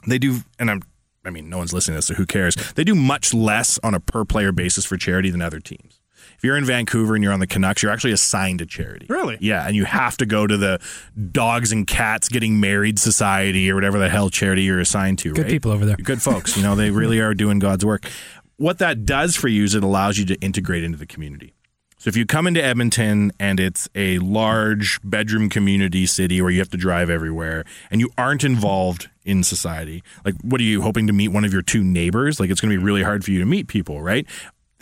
Speaker 4: They do and I'm I mean, no one's listening to this, so who cares? They do much less on a per player basis for charity than other teams. If you're in Vancouver and you're on the Canucks, you're actually assigned a charity.
Speaker 6: Really?
Speaker 4: Yeah, and you have to go to the Dogs and Cats Getting Married Society or whatever the hell charity you're assigned to.
Speaker 5: Good
Speaker 4: right?
Speaker 5: people over there.
Speaker 4: good folks. You know, they really are doing God's work. What that does for you is it allows you to integrate into the community. So if you come into Edmonton and it's a large bedroom community city where you have to drive everywhere and you aren't involved in society, like what are you hoping to meet one of your two neighbors? Like it's going to be really hard for you to meet people, right?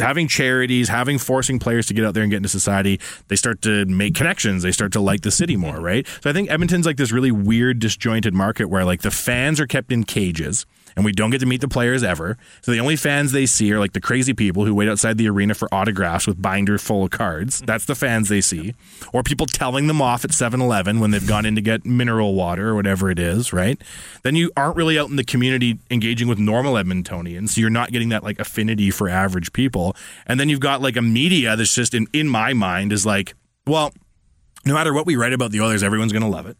Speaker 4: Having charities, having forcing players to get out there and get into society, they start to make connections. They start to like the city more, right? So I think Edmonton's like this really weird, disjointed market where like the fans are kept in cages and we don't get to meet the players ever. So the only fans they see are like the crazy people who wait outside the arena for autographs with binder full of cards. That's the fans they see. Or people telling them off at 7-Eleven when they've gone in to get mineral water or whatever it is, right? Then you aren't really out in the community engaging with normal Edmontonians. So you're not getting that like affinity for average people. And then you've got like a media that's just in, in my mind is like, well, no matter what we write about the Oilers, everyone's going to love it.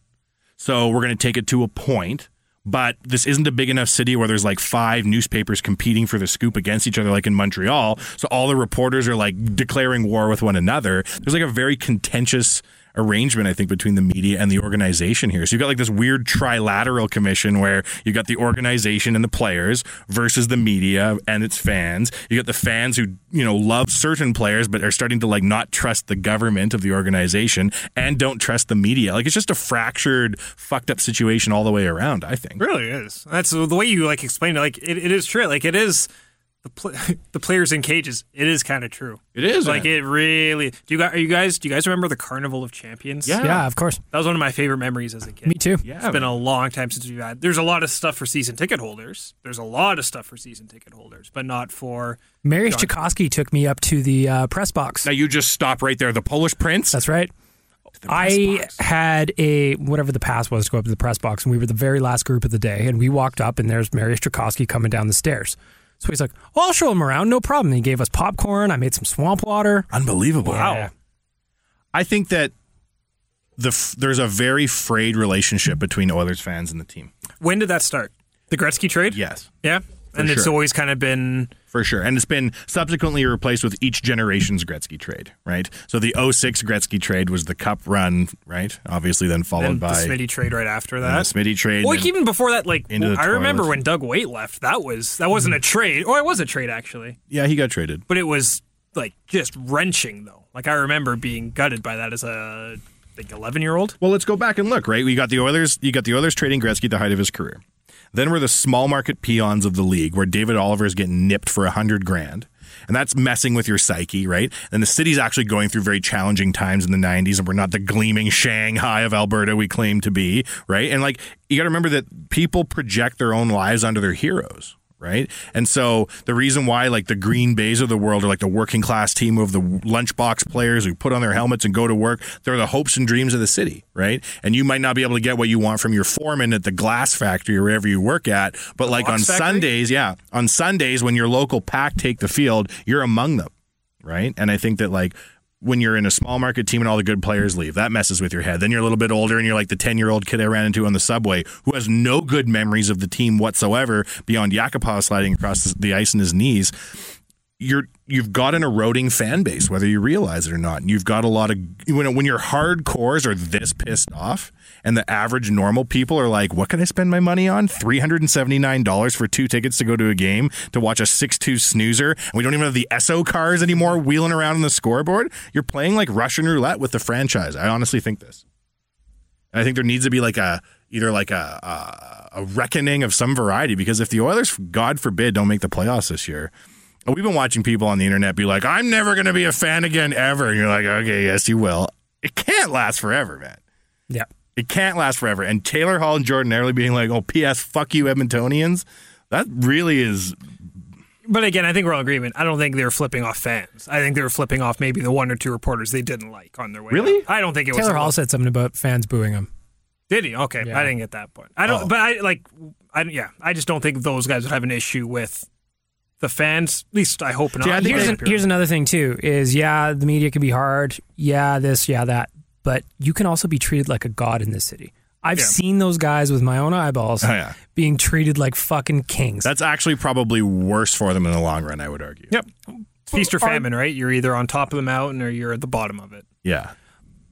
Speaker 4: So we're going to take it to a point. But this isn't a big enough city where there's like five newspapers competing for the scoop against each other, like in Montreal. So all the reporters are like declaring war with one another. There's like a very contentious arrangement, I think, between the media and the organization here. So you've got like this weird trilateral commission where you've got the organization and the players versus the media and its fans. You got the fans who, you know, love certain players but are starting to like not trust the government of the organization and don't trust the media. Like it's just a fractured, fucked up situation all the way around, I think.
Speaker 3: It really is. That's the way you like explained it. Like it, it is true. Like it is the pl- the players in cages. It is kind of true.
Speaker 4: It is.
Speaker 3: Like it really. Do you guys? Are you guys? Do you guys remember the Carnival of Champions?
Speaker 4: Yeah.
Speaker 5: Yeah, of course.
Speaker 3: That was one of my favorite memories as a kid.
Speaker 5: Me too.
Speaker 4: Yeah.
Speaker 3: It's been a long time since we've had. There's a lot of stuff for season ticket holders. There's a lot of stuff for season ticket holders, but not for.
Speaker 5: Mary Stachowski took me up to the uh, press box.
Speaker 4: now you just stop right there. The Polish prince.
Speaker 5: That's right. I had a whatever the pass was to go up to the press box, and we were the very last group of the day. And we walked up, and there's Mary Strakowski coming down the stairs. So he's like, "Well, I'll show him around, no problem." And he gave us popcorn. I made some swamp water.
Speaker 4: Unbelievable.
Speaker 5: Yeah.
Speaker 4: I think that the f- there's a very frayed relationship between Oilers fans and the team.
Speaker 3: When did that start? The Gretzky trade.
Speaker 4: Yes,
Speaker 3: Yeah. And it's
Speaker 4: sure.
Speaker 3: always kind of been
Speaker 4: for sure. And it's been subsequently replaced with each generation's Gretzky trade, right? So the 06 Gretzky trade was the cup run, right? Obviously, then followed
Speaker 3: and the
Speaker 4: by
Speaker 3: Smitty trade right after
Speaker 4: the
Speaker 3: that.
Speaker 4: Smitty trade.
Speaker 3: Well,
Speaker 4: then-
Speaker 3: like even before that, like
Speaker 4: Into the
Speaker 3: I remember
Speaker 4: toilets.
Speaker 3: when Doug Waite left. That was that
Speaker 4: Mm-hmm.
Speaker 3: wasn't a trade, or it was a trade actually,
Speaker 4: yeah, he got traded.
Speaker 3: but it was like just wrenching though. Like I remember being gutted by that as a like eleven year old.
Speaker 4: Well, let's go back and look, right? We got the Oilers. You got the Oilers trading Gretzky at the height of his career. Then we're the small market peons of the league, where David Oliver is getting nipped for a hundred grand, and that's messing with your psyche, right? And the city's actually going through very challenging times in the '90s, and we're not the gleaming Shanghai of Alberta we claim to be, right? And like, you got to remember that people project their own lives onto their heroes, right? And so the reason why like the Green Bays of the world are like the working class team of the lunchbox players who put on their helmets and go to work, they're the hopes and dreams of the city, right? And you might not be able to get what you want from your foreman at the glass factory or wherever you work at, but like on
Speaker 3: box factory?
Speaker 4: Sundays, yeah, on Sundays when your local pack take the field, you're among them, right? And I think that like when you're in a small market team and all the good players leave, that messes with your head. Then you're a little bit older and you're like the 10 year old kid I ran into on the subway who has no good memories of the team whatsoever beyond Yakupov sliding across the ice in his knees. You're you've got an eroding fan base, whether you realize it or not. And you've got a lot of when when your hardcores are this pissed off, and the average normal people are like, "What can I spend my money on? Three hundred and seventy nine dollars for two tickets to go to a game to watch a six two snoozer, and we don't even have the SO cars anymore wheeling around on the scoreboard." You're playing like Russian roulette with the franchise. I honestly think this. And I think there needs to be like a either like a, a a reckoning of some variety because if the Oilers, God forbid, don't make the playoffs this year, we've been watching people on the internet be like, "I'm never going to be a fan again ever," and you're like, "Okay, yes, you will." It can't last forever, man.
Speaker 5: Yeah.
Speaker 4: It can't last forever. And Taylor Hall and Jordan Early being like, "Oh, P.S. Fuck you, Edmontonians." That really is
Speaker 3: But again, I think we're all in agreement. I don't think they were flipping off fans. I think they were flipping off maybe the one or two reporters they didn't like on their way.
Speaker 4: Really?
Speaker 3: out. I don't think it was
Speaker 5: Taylor
Speaker 3: a-
Speaker 5: Hall said something about fans booing him.
Speaker 3: Did he? Okay,
Speaker 5: Yeah.
Speaker 3: I didn't get that point. I don't.
Speaker 4: Oh.
Speaker 3: But I like. I yeah. I just don't think those guys would have an issue with the fans. At least I hope not.
Speaker 4: Yeah, I think
Speaker 3: Here's
Speaker 5: here's,
Speaker 4: they-
Speaker 3: an-
Speaker 5: an, here's another thing too is yeah the media can be hard yeah this yeah that but you can also be treated like a god in this city i've
Speaker 3: Yeah.
Speaker 5: seen those guys with my own eyeballs
Speaker 4: Oh, yeah.
Speaker 5: being treated like fucking kings
Speaker 4: That's actually probably worse for them in the long run, I would argue.
Speaker 3: yep. Feast or famine, right? You're either on top of the mountain or you're at the bottom of it.
Speaker 4: Yeah.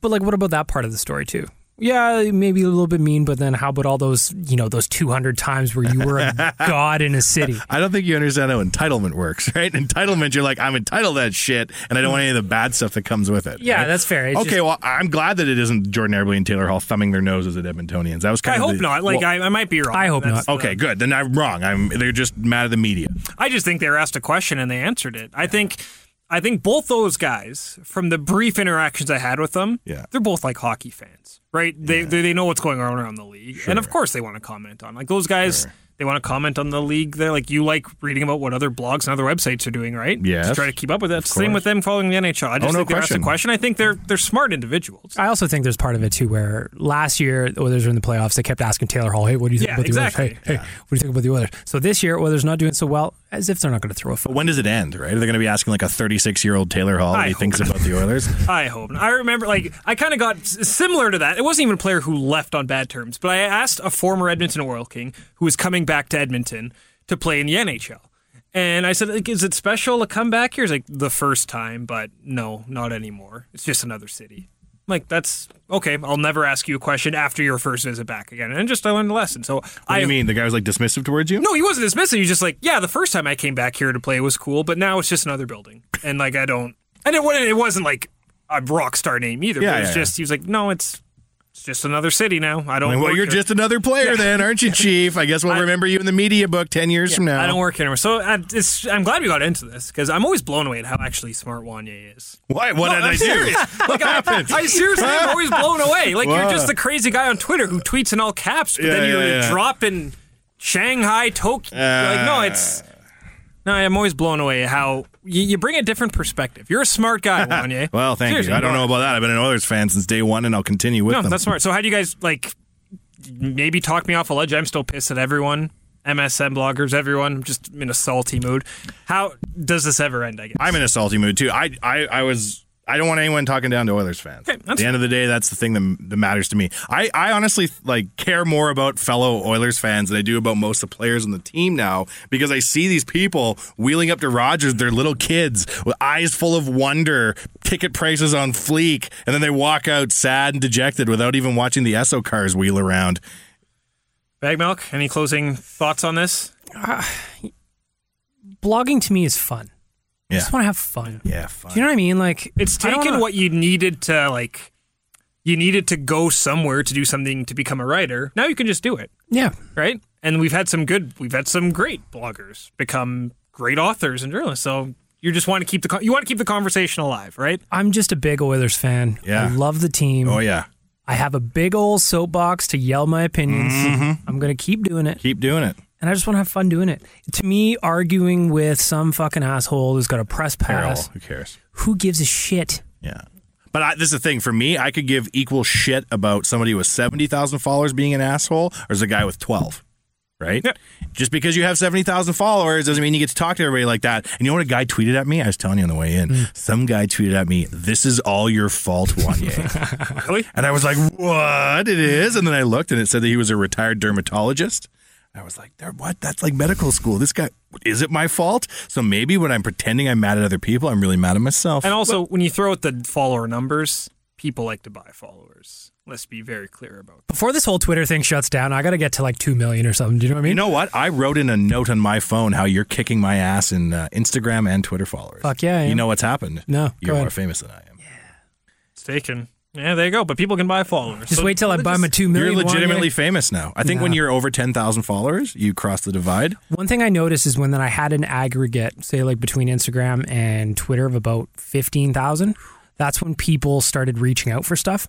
Speaker 5: but like what about that part of the story too yeah, maybe a little bit mean, but then how about all those, you know, those 200 times where you were a god in a city?
Speaker 4: I don't think you understand how entitlement works, right? Entitlement, you're like, I'm entitled to that shit, and I don't want any of the bad stuff that comes with it.
Speaker 5: Yeah,
Speaker 4: right?
Speaker 5: that's fair. It's
Speaker 4: okay,
Speaker 5: just-
Speaker 4: well, I'm glad that it isn't Jordan Everly and Taylor Hall thumbing their noses at Edmontonians. That was
Speaker 3: I
Speaker 4: kind of
Speaker 3: hope
Speaker 4: the-
Speaker 3: not. Like
Speaker 4: well,
Speaker 3: I, I might be wrong.
Speaker 5: I hope
Speaker 3: That's
Speaker 5: not.
Speaker 4: Okay, good. Then I'm wrong. I'm they're just mad at the media.
Speaker 3: I just think they were asked a question and they answered it. I think I think both those guys, from the brief interactions I had with them,
Speaker 4: Yeah.
Speaker 3: they're both like hockey fans, right? They, they they know what's going on around the league, and of course they want to comment on like those guys. They want to comment on the league. They're like you like reading about what other blogs and other websites are doing, right?
Speaker 4: Yes. Oh,
Speaker 3: Just try to keep up with that. Same with them following the NHL. I just
Speaker 4: no
Speaker 3: think they're asked a
Speaker 4: question.
Speaker 3: question. I think they're they're smart individuals.
Speaker 5: I also think there's part of it too where last year the Oilers were in the playoffs. They kept asking Taylor Hall, "Hey, what do you think
Speaker 3: Yeah,
Speaker 5: about the Oilers?
Speaker 3: exactly.
Speaker 5: Hey, hey, what do you think about the Oilers?" So this year, Oilers not doing so well, as if they're not going to throw a
Speaker 4: But
Speaker 5: foot.
Speaker 4: when does it end, right? Are they going to be asking like a 36 year old Taylor Hall what
Speaker 3: I
Speaker 4: he
Speaker 3: hope
Speaker 4: thinks about the Oilers?
Speaker 3: I hope. not. I remember, like, I kind of got s- similar to that. It wasn't even a player who left on bad terms, but I asked a former Edmonton Oil King who was coming back to Edmonton to play in the NHL. And I said, like, is it special to come back here? He's like, the first time, but no, not anymore. It's just another city. I'm like, that's okay. I'll never ask you a question after your first visit back again. And just I learned a lesson. So
Speaker 4: What
Speaker 3: I
Speaker 4: do you mean? The guy was like dismissive towards you?
Speaker 3: no, he wasn't dismissive. He was just like, yeah, the first time I came back here to play was cool, but now it's just another building, and like I don't, and it wasn't, it wasn't like a rock star name either.
Speaker 4: Yeah,
Speaker 3: but it was
Speaker 4: yeah,
Speaker 3: just he was like, no, it's it's just another city now. I don't.
Speaker 4: I mean, well,
Speaker 3: work
Speaker 4: you're
Speaker 3: here.
Speaker 4: just another player then, aren't you, Chief? I guess we'll remember you in the media book 10 years from now.
Speaker 3: I don't work here anymore. So I, it's, I'm glad we got into this because I'm always blown away at how actually smart Wanye is.
Speaker 4: Why? What did
Speaker 3: I'm
Speaker 4: I do?
Speaker 3: serious. Like, I, I seriously am always blown away. Like
Speaker 4: Wow.
Speaker 3: you're just the crazy guy on Twitter who tweets in all caps, but
Speaker 4: Yeah,
Speaker 3: then you're
Speaker 4: yeah, Ah. yeah.
Speaker 3: dropping Shanghai, Tokyo. You're like no, it's no. I'm always blown away how you, you bring a different perspective. You're a smart guy, Wanye.
Speaker 4: Well, thank
Speaker 3: Seriously,
Speaker 4: you. I don't know about that. I've been an Oilers fan since day one, and I'll continue with
Speaker 3: No,
Speaker 4: them.
Speaker 3: that's smart. So how do you guys like? Maybe talk me off a ledge. I'm still pissed at everyone. MSN bloggers, everyone. I'm just in a salty mood. How does this ever end? I guess.
Speaker 4: I'm in a salty mood too. I, I, I was. I don't want anyone talking down to Oilers fans.
Speaker 3: Okay,
Speaker 4: At
Speaker 3: that's
Speaker 4: the end of the day, that's the thing that, that matters to me. I, I honestly like care more about fellow Oilers fans than I do about most of the players on the team now because I see these people wheeling up to Rogers, their little kids with eyes full of wonder, ticket prices on fleek, and then they walk out sad and dejected without even watching the Esso cars wheel around.
Speaker 3: Bag milk. Any closing thoughts on this?
Speaker 5: Uh, Blogging to me is fun. I
Speaker 4: Yeah,
Speaker 5: just want to have fun.
Speaker 4: yeah, fun.
Speaker 5: Do you know what I mean? Like
Speaker 3: It's
Speaker 5: I don't
Speaker 3: taken
Speaker 5: wanna-
Speaker 3: what you needed to like. You needed to go somewhere to do something to become a writer. Now you can just do it,
Speaker 5: Yeah,
Speaker 3: right? And we've had some good, we've had some great bloggers become great authors and journalists. So you just want to keep the con- you want to keep the conversation alive, right?
Speaker 5: I'm just a big Oilers fan.
Speaker 4: Yeah.
Speaker 5: I love the team.
Speaker 4: oh yeah,
Speaker 5: I have a big old soapbox to yell my opinions.
Speaker 4: Mm-hmm.
Speaker 5: I'm going to keep doing it.
Speaker 4: keep doing it.
Speaker 5: and I just want to have fun doing it. To me, arguing with some fucking asshole who's got a press
Speaker 4: Carol,
Speaker 5: pass,
Speaker 4: who cares?
Speaker 5: who gives a shit?
Speaker 4: Yeah. But I, this is the thing for me. I could give equal shit about somebody with seventy thousand followers being an asshole, or is a guy with twelve, right?
Speaker 3: Yeah.
Speaker 4: Just because you have seventy thousand followers doesn't mean you get to talk to everybody like that. And you know what? A guy tweeted at me. I was telling you on the way in.
Speaker 3: Mm.
Speaker 4: Some guy tweeted at me. This is all your fault, Wanye.
Speaker 3: Really?
Speaker 4: and I was like, what? It is. And then I looked, and it said that he was a retired dermatologist. I was like, "There- what? That's like medical school. This guy, is it my fault? So maybe when I'm pretending I'm mad at other people, I'm really mad at myself.
Speaker 3: And also, when you throw out the follower numbers, people like to buy followers. Let's be very clear about that.
Speaker 5: Before this whole Twitter thing shuts down, I got to get to like 2 million or something. Do you know what I mean?
Speaker 4: You know what? I wrote in a note on my phone how you're kicking my ass in uh, Instagram and Twitter followers.
Speaker 5: Fuck yeah, I
Speaker 4: You
Speaker 5: am.
Speaker 4: know what's happened?
Speaker 5: No, go
Speaker 4: You're more
Speaker 5: ahead.
Speaker 4: famous than I am.
Speaker 3: It's taken. Yeah, there you go. But people can buy followers.
Speaker 5: just
Speaker 3: So
Speaker 5: wait till I
Speaker 3: let's
Speaker 5: buy
Speaker 3: just-
Speaker 5: my 2
Speaker 4: You're
Speaker 5: million. one
Speaker 4: legitimately
Speaker 5: day.
Speaker 4: famous now. I think when
Speaker 5: Nah.
Speaker 4: you're over 10,000 followers, you cross the divide.
Speaker 5: One thing I noticed is when then I had an aggregate, say like between Instagram and Twitter of about 15,000, that's when people started reaching out for stuff.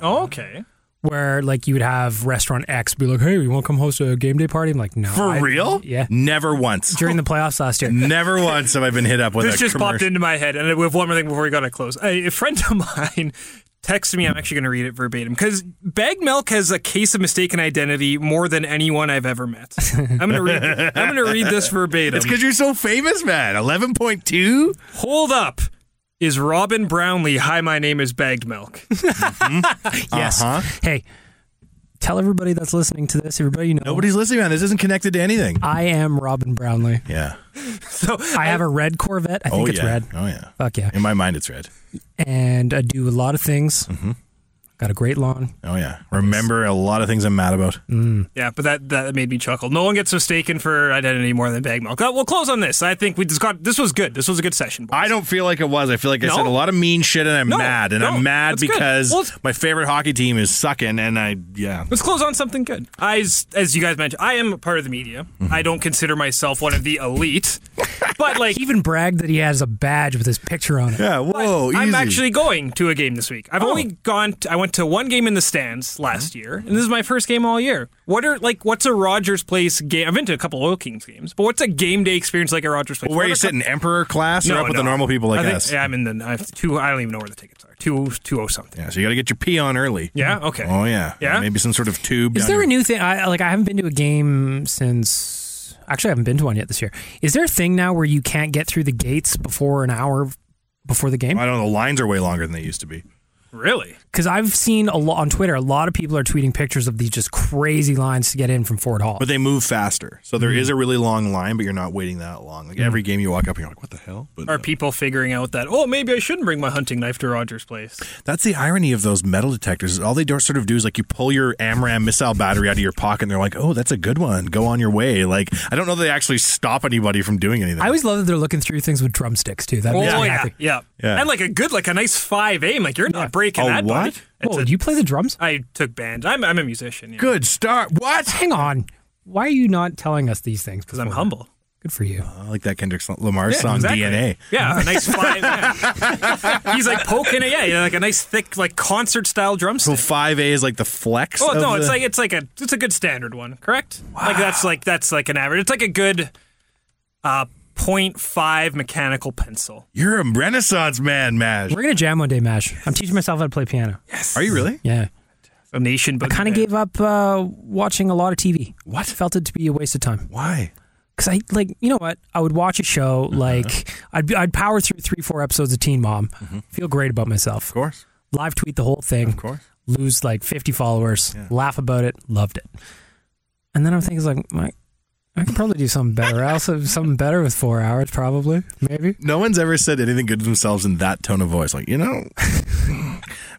Speaker 3: Oh, okay.
Speaker 5: Where like you would have restaurant X be like, "Hey, you want to come host a game day party?" I'm like, "No."
Speaker 4: For
Speaker 5: I-
Speaker 4: real?
Speaker 5: Yeah.
Speaker 4: Never once.
Speaker 5: During the playoffs last year.
Speaker 4: Never once have I been hit up with
Speaker 3: this
Speaker 4: a
Speaker 3: just popped
Speaker 4: commercial.
Speaker 3: into my head, and we have one more thing before we gotta close. A, a friend of mine Text me. I'm actually going to read it verbatim because Bag Milk has a case of mistaken identity more than anyone I've ever met. I'm going to read. I'm going to read this verbatim.
Speaker 4: It's because you're so famous, man. 11.2?
Speaker 3: Hold up. Is Robin Brownlee? Hi, my name is Bagged Milk.
Speaker 5: Yes.
Speaker 4: Uh-huh.
Speaker 5: Hey, tell everybody that's listening to this, everybody you know,
Speaker 4: Nobody's listening, man. This isn't connected to anything.
Speaker 5: I am Robin Brownlee.
Speaker 4: Yeah.
Speaker 3: So
Speaker 5: I have a red Corvette. I think
Speaker 4: oh,
Speaker 5: it's
Speaker 4: yeah.
Speaker 5: red.
Speaker 4: Oh, yeah.
Speaker 5: Fuck yeah.
Speaker 4: In my mind, it's red.
Speaker 5: And I do a lot of things.
Speaker 3: Mm-hmm.
Speaker 5: Got a great lawn.
Speaker 4: Oh, yeah. Remember a lot of things I'm mad about.
Speaker 3: Yeah, but that that made me chuckle. No one gets mistaken for identity more than bag milk. Uh, We'll close on this. I think we just got this was good. This was a good session. boys.
Speaker 4: I don't feel like it was. I feel like I
Speaker 3: No?
Speaker 4: said a lot of mean shit and I'm
Speaker 3: No,
Speaker 4: mad. And
Speaker 3: no,
Speaker 4: I'm mad
Speaker 3: that's good.
Speaker 4: because
Speaker 3: Well, it's-
Speaker 4: my favorite hockey team is sucking and I, yeah.
Speaker 3: Let's close on something good. I, as as you guys mentioned, I am a part of the media.
Speaker 4: Mm-hmm.
Speaker 3: I don't consider myself one of the elite, but like
Speaker 5: He even bragged that he has a badge with his picture on it.
Speaker 4: Yeah, whoa,
Speaker 3: I'm
Speaker 4: Oh, easy. Oh.
Speaker 3: actually going to a game this week. I've only gone. To, I went to one game in the stands
Speaker 4: Uh-huh.
Speaker 3: last year, and this is my first game all year. What are like? What's a Rogers Place game? I've been to a couple Oil Kings games, but what's a game day experience like at Rogers Place?
Speaker 4: Where
Speaker 3: What
Speaker 4: are
Speaker 3: are
Speaker 4: you
Speaker 3: some-
Speaker 4: sitting? Emperor class or up with the normal people
Speaker 3: I
Speaker 4: like
Speaker 3: think-
Speaker 4: us?
Speaker 3: Yeah, I'm in the I have two. I don't even know where the tickets are. Two two oh something.
Speaker 4: Yeah, so you got to get your pee on early.
Speaker 3: Yeah. Okay.
Speaker 4: Oh yeah.
Speaker 3: Yeah?
Speaker 4: Maybe some sort of tube.
Speaker 5: Is
Speaker 4: down
Speaker 5: there
Speaker 4: your-
Speaker 5: a new thing? I like. I haven't been to a game since. Actually, I haven't been to one yet this year. Is there a thing now where you can't get through the gates before an hour before the game?
Speaker 4: I don't know. The lines are way longer than they used to be.
Speaker 3: Really?
Speaker 5: Because I've seen a lot on Twitter. A lot of people are tweeting pictures of these just crazy lines to get in from Ford Hall.
Speaker 4: But they move faster, so
Speaker 3: Hmm.
Speaker 4: there is a really long line, but you're not waiting that long. Like every game you walk up, and you're like, "What the hell?" But
Speaker 3: Are people figuring out that? Oh, maybe I shouldn't bring my hunting knife to Rogers Place.
Speaker 4: that's the irony of those metal detectors. is All they do, sort of do is like you pull your Amram missile battery out of your pocket, and they're like, "Oh, that's a good one. Go on your way." Like I don't know that they actually stop anybody from doing anything.
Speaker 5: I always love that they're looking through things with drumsticks too. That
Speaker 3: Oh
Speaker 5: makes
Speaker 3: yeah,
Speaker 5: me
Speaker 3: yeah.
Speaker 5: happy.
Speaker 4: Yeah.
Speaker 3: And like a good, like a nice five aim. Like you're not breaking
Speaker 4: A
Speaker 3: that.
Speaker 4: what? Oh,
Speaker 3: buddy. It's
Speaker 5: Whoa,
Speaker 3: a-
Speaker 5: do you play the drums?
Speaker 3: I took band. I'm I'm a musician. Because
Speaker 4: good start. What?
Speaker 5: Hang on. Why are you not telling us these things? Because
Speaker 3: I'm humble.
Speaker 5: Good for you.
Speaker 4: I like that Kendrick Lamar
Speaker 3: Yeah,
Speaker 4: song
Speaker 3: exactly.
Speaker 4: DNA.
Speaker 3: Yeah, a nice five. yeah. He's like poking it. Yeah, yeah, like a nice thick, like concert style
Speaker 4: So
Speaker 3: drumstick.
Speaker 4: five A is like the flex.
Speaker 3: Oh
Speaker 4: of
Speaker 3: no,
Speaker 4: the-
Speaker 3: it's like it's like a it's a good standard one, correct? Like that's like that's like an average. It's like a good uh 0.5 mechanical pencil.
Speaker 4: you're a Renaissance man, Mash.
Speaker 5: We're gonna jam one day, Mash. I'm teaching myself how to play piano.
Speaker 4: Are you really?
Speaker 5: Yeah.
Speaker 3: A nation, but
Speaker 5: I kind of gave up uh, watching a lot of TV. What? Felt it to be a waste of time.
Speaker 4: Why?
Speaker 5: Because I like, you know what? I would watch a show like I'd be- I'd power through three four episodes of Teen Mom, feel great about myself,
Speaker 4: Of course.
Speaker 5: live tweet the whole thing, Mm-hmm. of
Speaker 4: course.
Speaker 5: lose like 50 followers, laugh about it, loved it. And then I'm thinking like, my, I could probably do something better. I also have something better with four hours, probably, maybe.
Speaker 4: No one's ever said anything good to themselves in that tone of voice. Like, you know,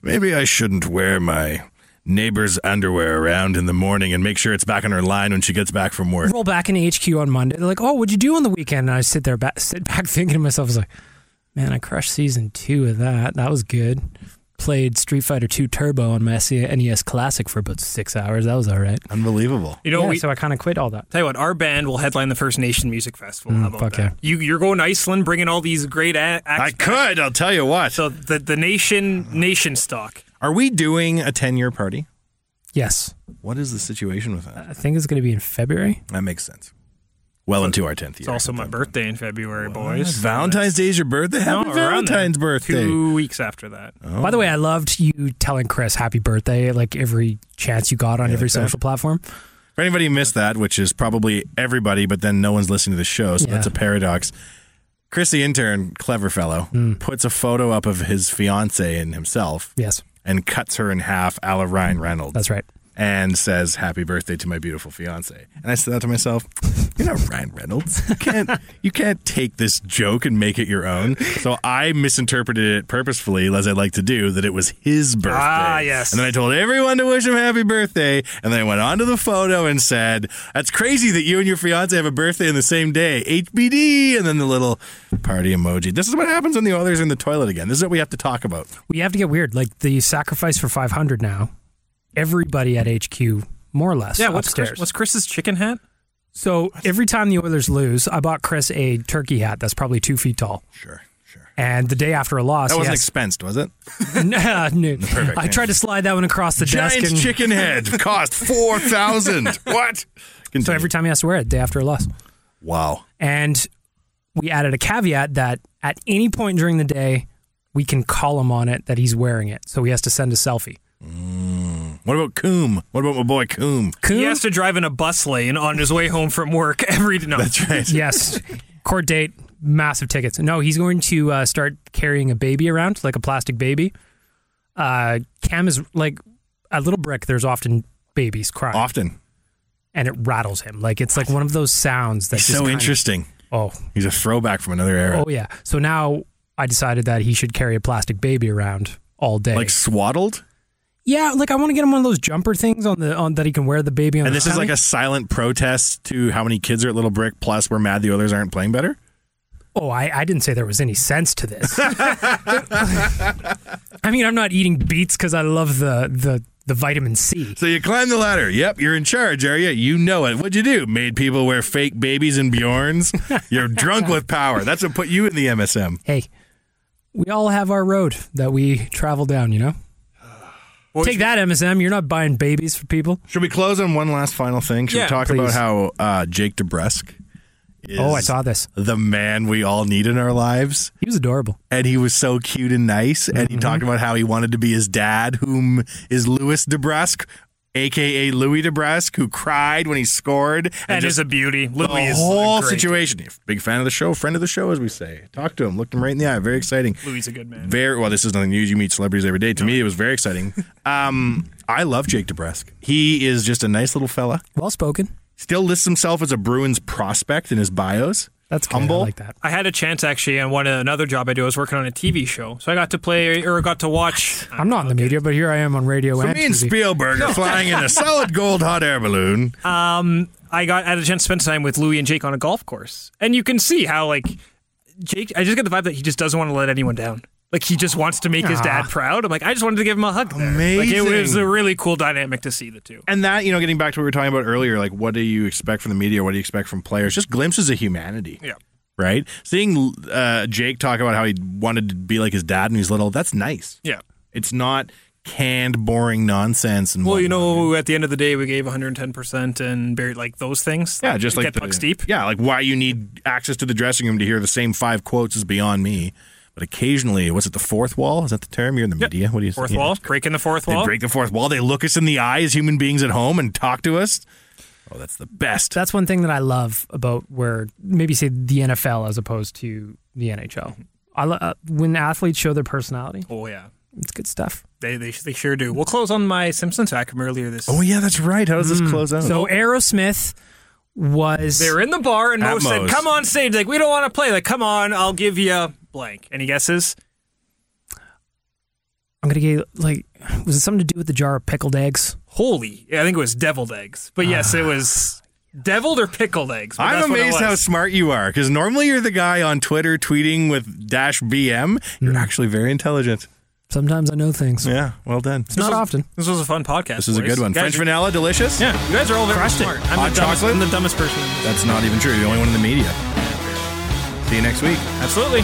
Speaker 4: maybe I shouldn't wear my neighbor's underwear around in the morning and make sure it's back on her line when she gets back from work.
Speaker 5: roll back into HQ on Monday. They're like, "Oh, what'd you do on the weekend?" And I sit there, ba- sit back, thinking to myself, I was like, "Man, I crushed season two of that. That was good. Played Street Fighter Two Turbo on my E, SEA NES Classic for about six hours. That was all right.
Speaker 4: Unbelievable.
Speaker 3: You know,
Speaker 5: yeah,
Speaker 3: we,
Speaker 5: so I kind of quit all that.
Speaker 3: tell you what, our band will headline the First Nation Music Festival. How about
Speaker 5: Mm, fuck
Speaker 3: that?
Speaker 5: yeah.
Speaker 3: You you're going to Iceland, bringing all these great a- acts.
Speaker 4: I could, I'll tell you what.
Speaker 3: So the the nation nation stock.
Speaker 4: Are we doing a 10 year party?
Speaker 5: Yes,
Speaker 4: What is the situation with that?
Speaker 5: I think it's going to be in February.
Speaker 4: That makes sense. Well into our 10th year.
Speaker 3: It's also my birthday in February,
Speaker 4: Yes,
Speaker 3: boys.
Speaker 4: Valentine's Day is your birthday?
Speaker 3: No,
Speaker 4: Happy
Speaker 3: around there.
Speaker 4: Valentine's birthday. Oh,
Speaker 3: Two weeks after that.
Speaker 5: By the way, I loved you telling Chris happy birthday like every chance you got on every
Speaker 4: like that.
Speaker 5: social platform.
Speaker 4: For anybody who missed that, which is probably everybody, but then no one's listening to the show, so
Speaker 5: Yeah.
Speaker 4: that's a paradox. Chris, the intern, clever fellow,
Speaker 5: Hmm.
Speaker 4: puts a photo up of his fiance and himself
Speaker 5: Yes,
Speaker 4: and cuts her in half a la Ryan Reynolds.
Speaker 5: that's right.
Speaker 4: And says, Happy birthday to my beautiful fiance. And I said that to myself, You're not Ryan Reynolds. You can't you can't take this joke and make it your own. So I misinterpreted it purposefully, as I like to do, that it was his birthday.
Speaker 3: Ah, yes.
Speaker 4: And then I told everyone to wish him happy birthday. And then I went onto the photo and said, That's crazy that you and your fiance have a birthday on the same day. HBD. And then the little party emoji. This is what happens when the others are in the toilet again. This is what we have to talk about.
Speaker 5: We have to get weird. Like the sacrifice for 500 now. Everybody at HQ, more or less.
Speaker 3: Yeah, what's
Speaker 5: upstairs.
Speaker 3: Chris, what's Chris's chicken hat?
Speaker 5: So every time the Oilers lose, I bought Chris a turkey hat that's probably two feet tall.
Speaker 4: Sure, sure.
Speaker 5: And the day after a loss,
Speaker 4: That wasn't
Speaker 5: yes,
Speaker 4: expensed, was it?
Speaker 5: Nah, no,
Speaker 4: Perfect,
Speaker 5: I tried to slide that one across the desk.
Speaker 4: Giant's
Speaker 5: and-
Speaker 4: chicken head cost four thousand. what?
Speaker 5: so every time he has to wear it, day after a loss.
Speaker 4: wow,
Speaker 5: And we added a caveat that at any point during the day, we can call him on it that he's wearing it. So he has to send a selfie.
Speaker 4: What about Coom? What about my boy Coom?
Speaker 5: Coon?
Speaker 3: He has to drive in a bus lane on his way home from work every night.
Speaker 4: That's right.
Speaker 5: yes. Court date, massive tickets. No, he's going to uh, start carrying a baby around, like a plastic baby. Uh, Cam is like a little brick. There's often babies crying,
Speaker 4: Often.
Speaker 5: and it rattles him. Like it's like one of those sounds that
Speaker 4: He's
Speaker 5: just
Speaker 4: so
Speaker 5: kinda-
Speaker 4: interesting.
Speaker 5: Oh,
Speaker 4: He's a throwback from another era.
Speaker 5: oh yeah. So now I decided that he should carry a plastic baby around all day.
Speaker 4: Like swaddled?
Speaker 5: yeah, like I want to get him one of those jumper things on the on that he can wear the baby on.
Speaker 4: And
Speaker 5: the
Speaker 4: this is
Speaker 5: tummy.
Speaker 4: like a silent protest to how many kids are at Little Brick, plus we're mad the others aren't playing better.
Speaker 5: Oh, I, I didn't say there was any sense to this. I mean, I'm not eating beets because I love the, the, the vitamin C.
Speaker 4: So you climb the ladder. Yep, you're in charge, are you? You know it. What'd you do? Made people wear fake babies and Bjorns? You're drunk with power. That's what put you in the MSM.
Speaker 5: Hey, we all have our road that we travel down, you know?
Speaker 3: Boys-
Speaker 5: Take that, MSM. You're not buying babies for people.
Speaker 4: Should we close on one last final thing? Should
Speaker 3: Yeah,
Speaker 4: we talk about
Speaker 5: please.
Speaker 4: how uh, Jake DeBrusque is
Speaker 5: Oh, I saw this.
Speaker 4: the man we all need in our lives?
Speaker 5: He was adorable.
Speaker 4: and he was so cute and nice. And
Speaker 5: Mm-hmm.
Speaker 4: he talked about how he wanted to be his dad, whom is Louis DeBrusque, aka Louis DeBrusque, who cried when he scored. And,
Speaker 3: and
Speaker 4: just
Speaker 3: is a beauty.
Speaker 4: the
Speaker 3: Louis is
Speaker 4: whole
Speaker 3: great.
Speaker 4: situation. Big fan of the show, friend of the show, as we say. Talked to him, looked him right in the eye. Very exciting.
Speaker 3: Louis is a good man.
Speaker 4: Very well. This is nothing new. You meet celebrities every day. To me, it was very exciting. Um, I love Jake DeBrusque. He is just a nice little fella.
Speaker 5: Well spoken.
Speaker 4: Still lists himself as a Bruins prospect in his bios.
Speaker 5: That's good. I
Speaker 4: humble.
Speaker 5: like that.
Speaker 3: I had a chance actually, and one another job I do I was working on a TV show, so I got to play or got to watch.
Speaker 5: I'm not in the media, but here I am on radio
Speaker 4: So
Speaker 5: and
Speaker 4: me and
Speaker 5: TV.
Speaker 4: Spielberg are flying in a solid gold hot air balloon.
Speaker 3: um, I got had a chance to spend time with Louis and Jake on a golf course, and you can see how like Jake. I just get the vibe that he just doesn't want to let anyone down. Like he just wants to make his dad proud. I'm like, I just wanted to give him a hug. There. Like it was
Speaker 4: Amazing.
Speaker 3: a really cool dynamic to see the two.
Speaker 4: and that you know getting back to what we were talking about earlier like what do you expect from the media what do you expect from players just glimpses of humanity
Speaker 3: Yeah.
Speaker 4: right seeing uh, jake talk about how he wanted to be like his dad when he was little that's nice
Speaker 3: Yeah.
Speaker 4: it's not canned boring nonsense and
Speaker 3: Well, you
Speaker 4: whatnot.
Speaker 3: know, at the end of the day, we gave 110 percent and buried like those things.
Speaker 4: yeah just like
Speaker 3: get
Speaker 4: the-
Speaker 3: pucks deep.
Speaker 4: yeah like why you need access to the dressing room to hear the same five quotes is beyond me but occasionally what's it the fourth wall is that the term you're in the media what do you
Speaker 3: Fourth
Speaker 4: yeah.
Speaker 3: wall, breaking the fourth
Speaker 4: they
Speaker 3: wall.
Speaker 4: break the fourth wall they look us in the eye as human beings at home and talk to us oh that's the best
Speaker 5: That's one thing that I love about where maybe say the NFL as opposed to the NHL. I lo- uh, when athletes show their personality,
Speaker 3: oh yeah.
Speaker 5: it's good stuff.
Speaker 3: They, they they sure do. We'll close on my Simpsons hack from earlier this.
Speaker 4: Oh yeah, Oh. that's right. How does
Speaker 3: Hmm.
Speaker 4: this close out?
Speaker 5: So Aerosmith was
Speaker 3: They were in the bar and Mo
Speaker 4: At
Speaker 3: said,
Speaker 4: Mo's.
Speaker 3: "Come on stage, like we don't want to play. Like come on, I'll give you blank." Any guesses?
Speaker 5: I'm gonna get like was it something to do with the jar of pickled eggs?
Speaker 3: Holy, I think it was deviled eggs. But yes, it was deviled or pickled eggs. but
Speaker 4: I'm
Speaker 3: that's what it
Speaker 4: amazed how
Speaker 3: was.
Speaker 4: smart you are because normally you're the guy on Twitter tweeting with dash BM. You're actually very intelligent.
Speaker 5: Sometimes I know things.
Speaker 4: Yeah, well done.
Speaker 5: Not often.
Speaker 3: This was a fun podcast.
Speaker 4: This is a
Speaker 3: boys.
Speaker 4: good one.
Speaker 3: Guys,
Speaker 4: French vanilla, delicious.
Speaker 3: Yeah, you guys are all very
Speaker 4: Crushed it.
Speaker 3: smart. I'm
Speaker 4: Hot
Speaker 3: the dumbest,
Speaker 4: chocolate?
Speaker 3: I'm the dumbest person. in the-
Speaker 4: That's not even true. You're the only one in the media. See you next week.
Speaker 3: Absolutely.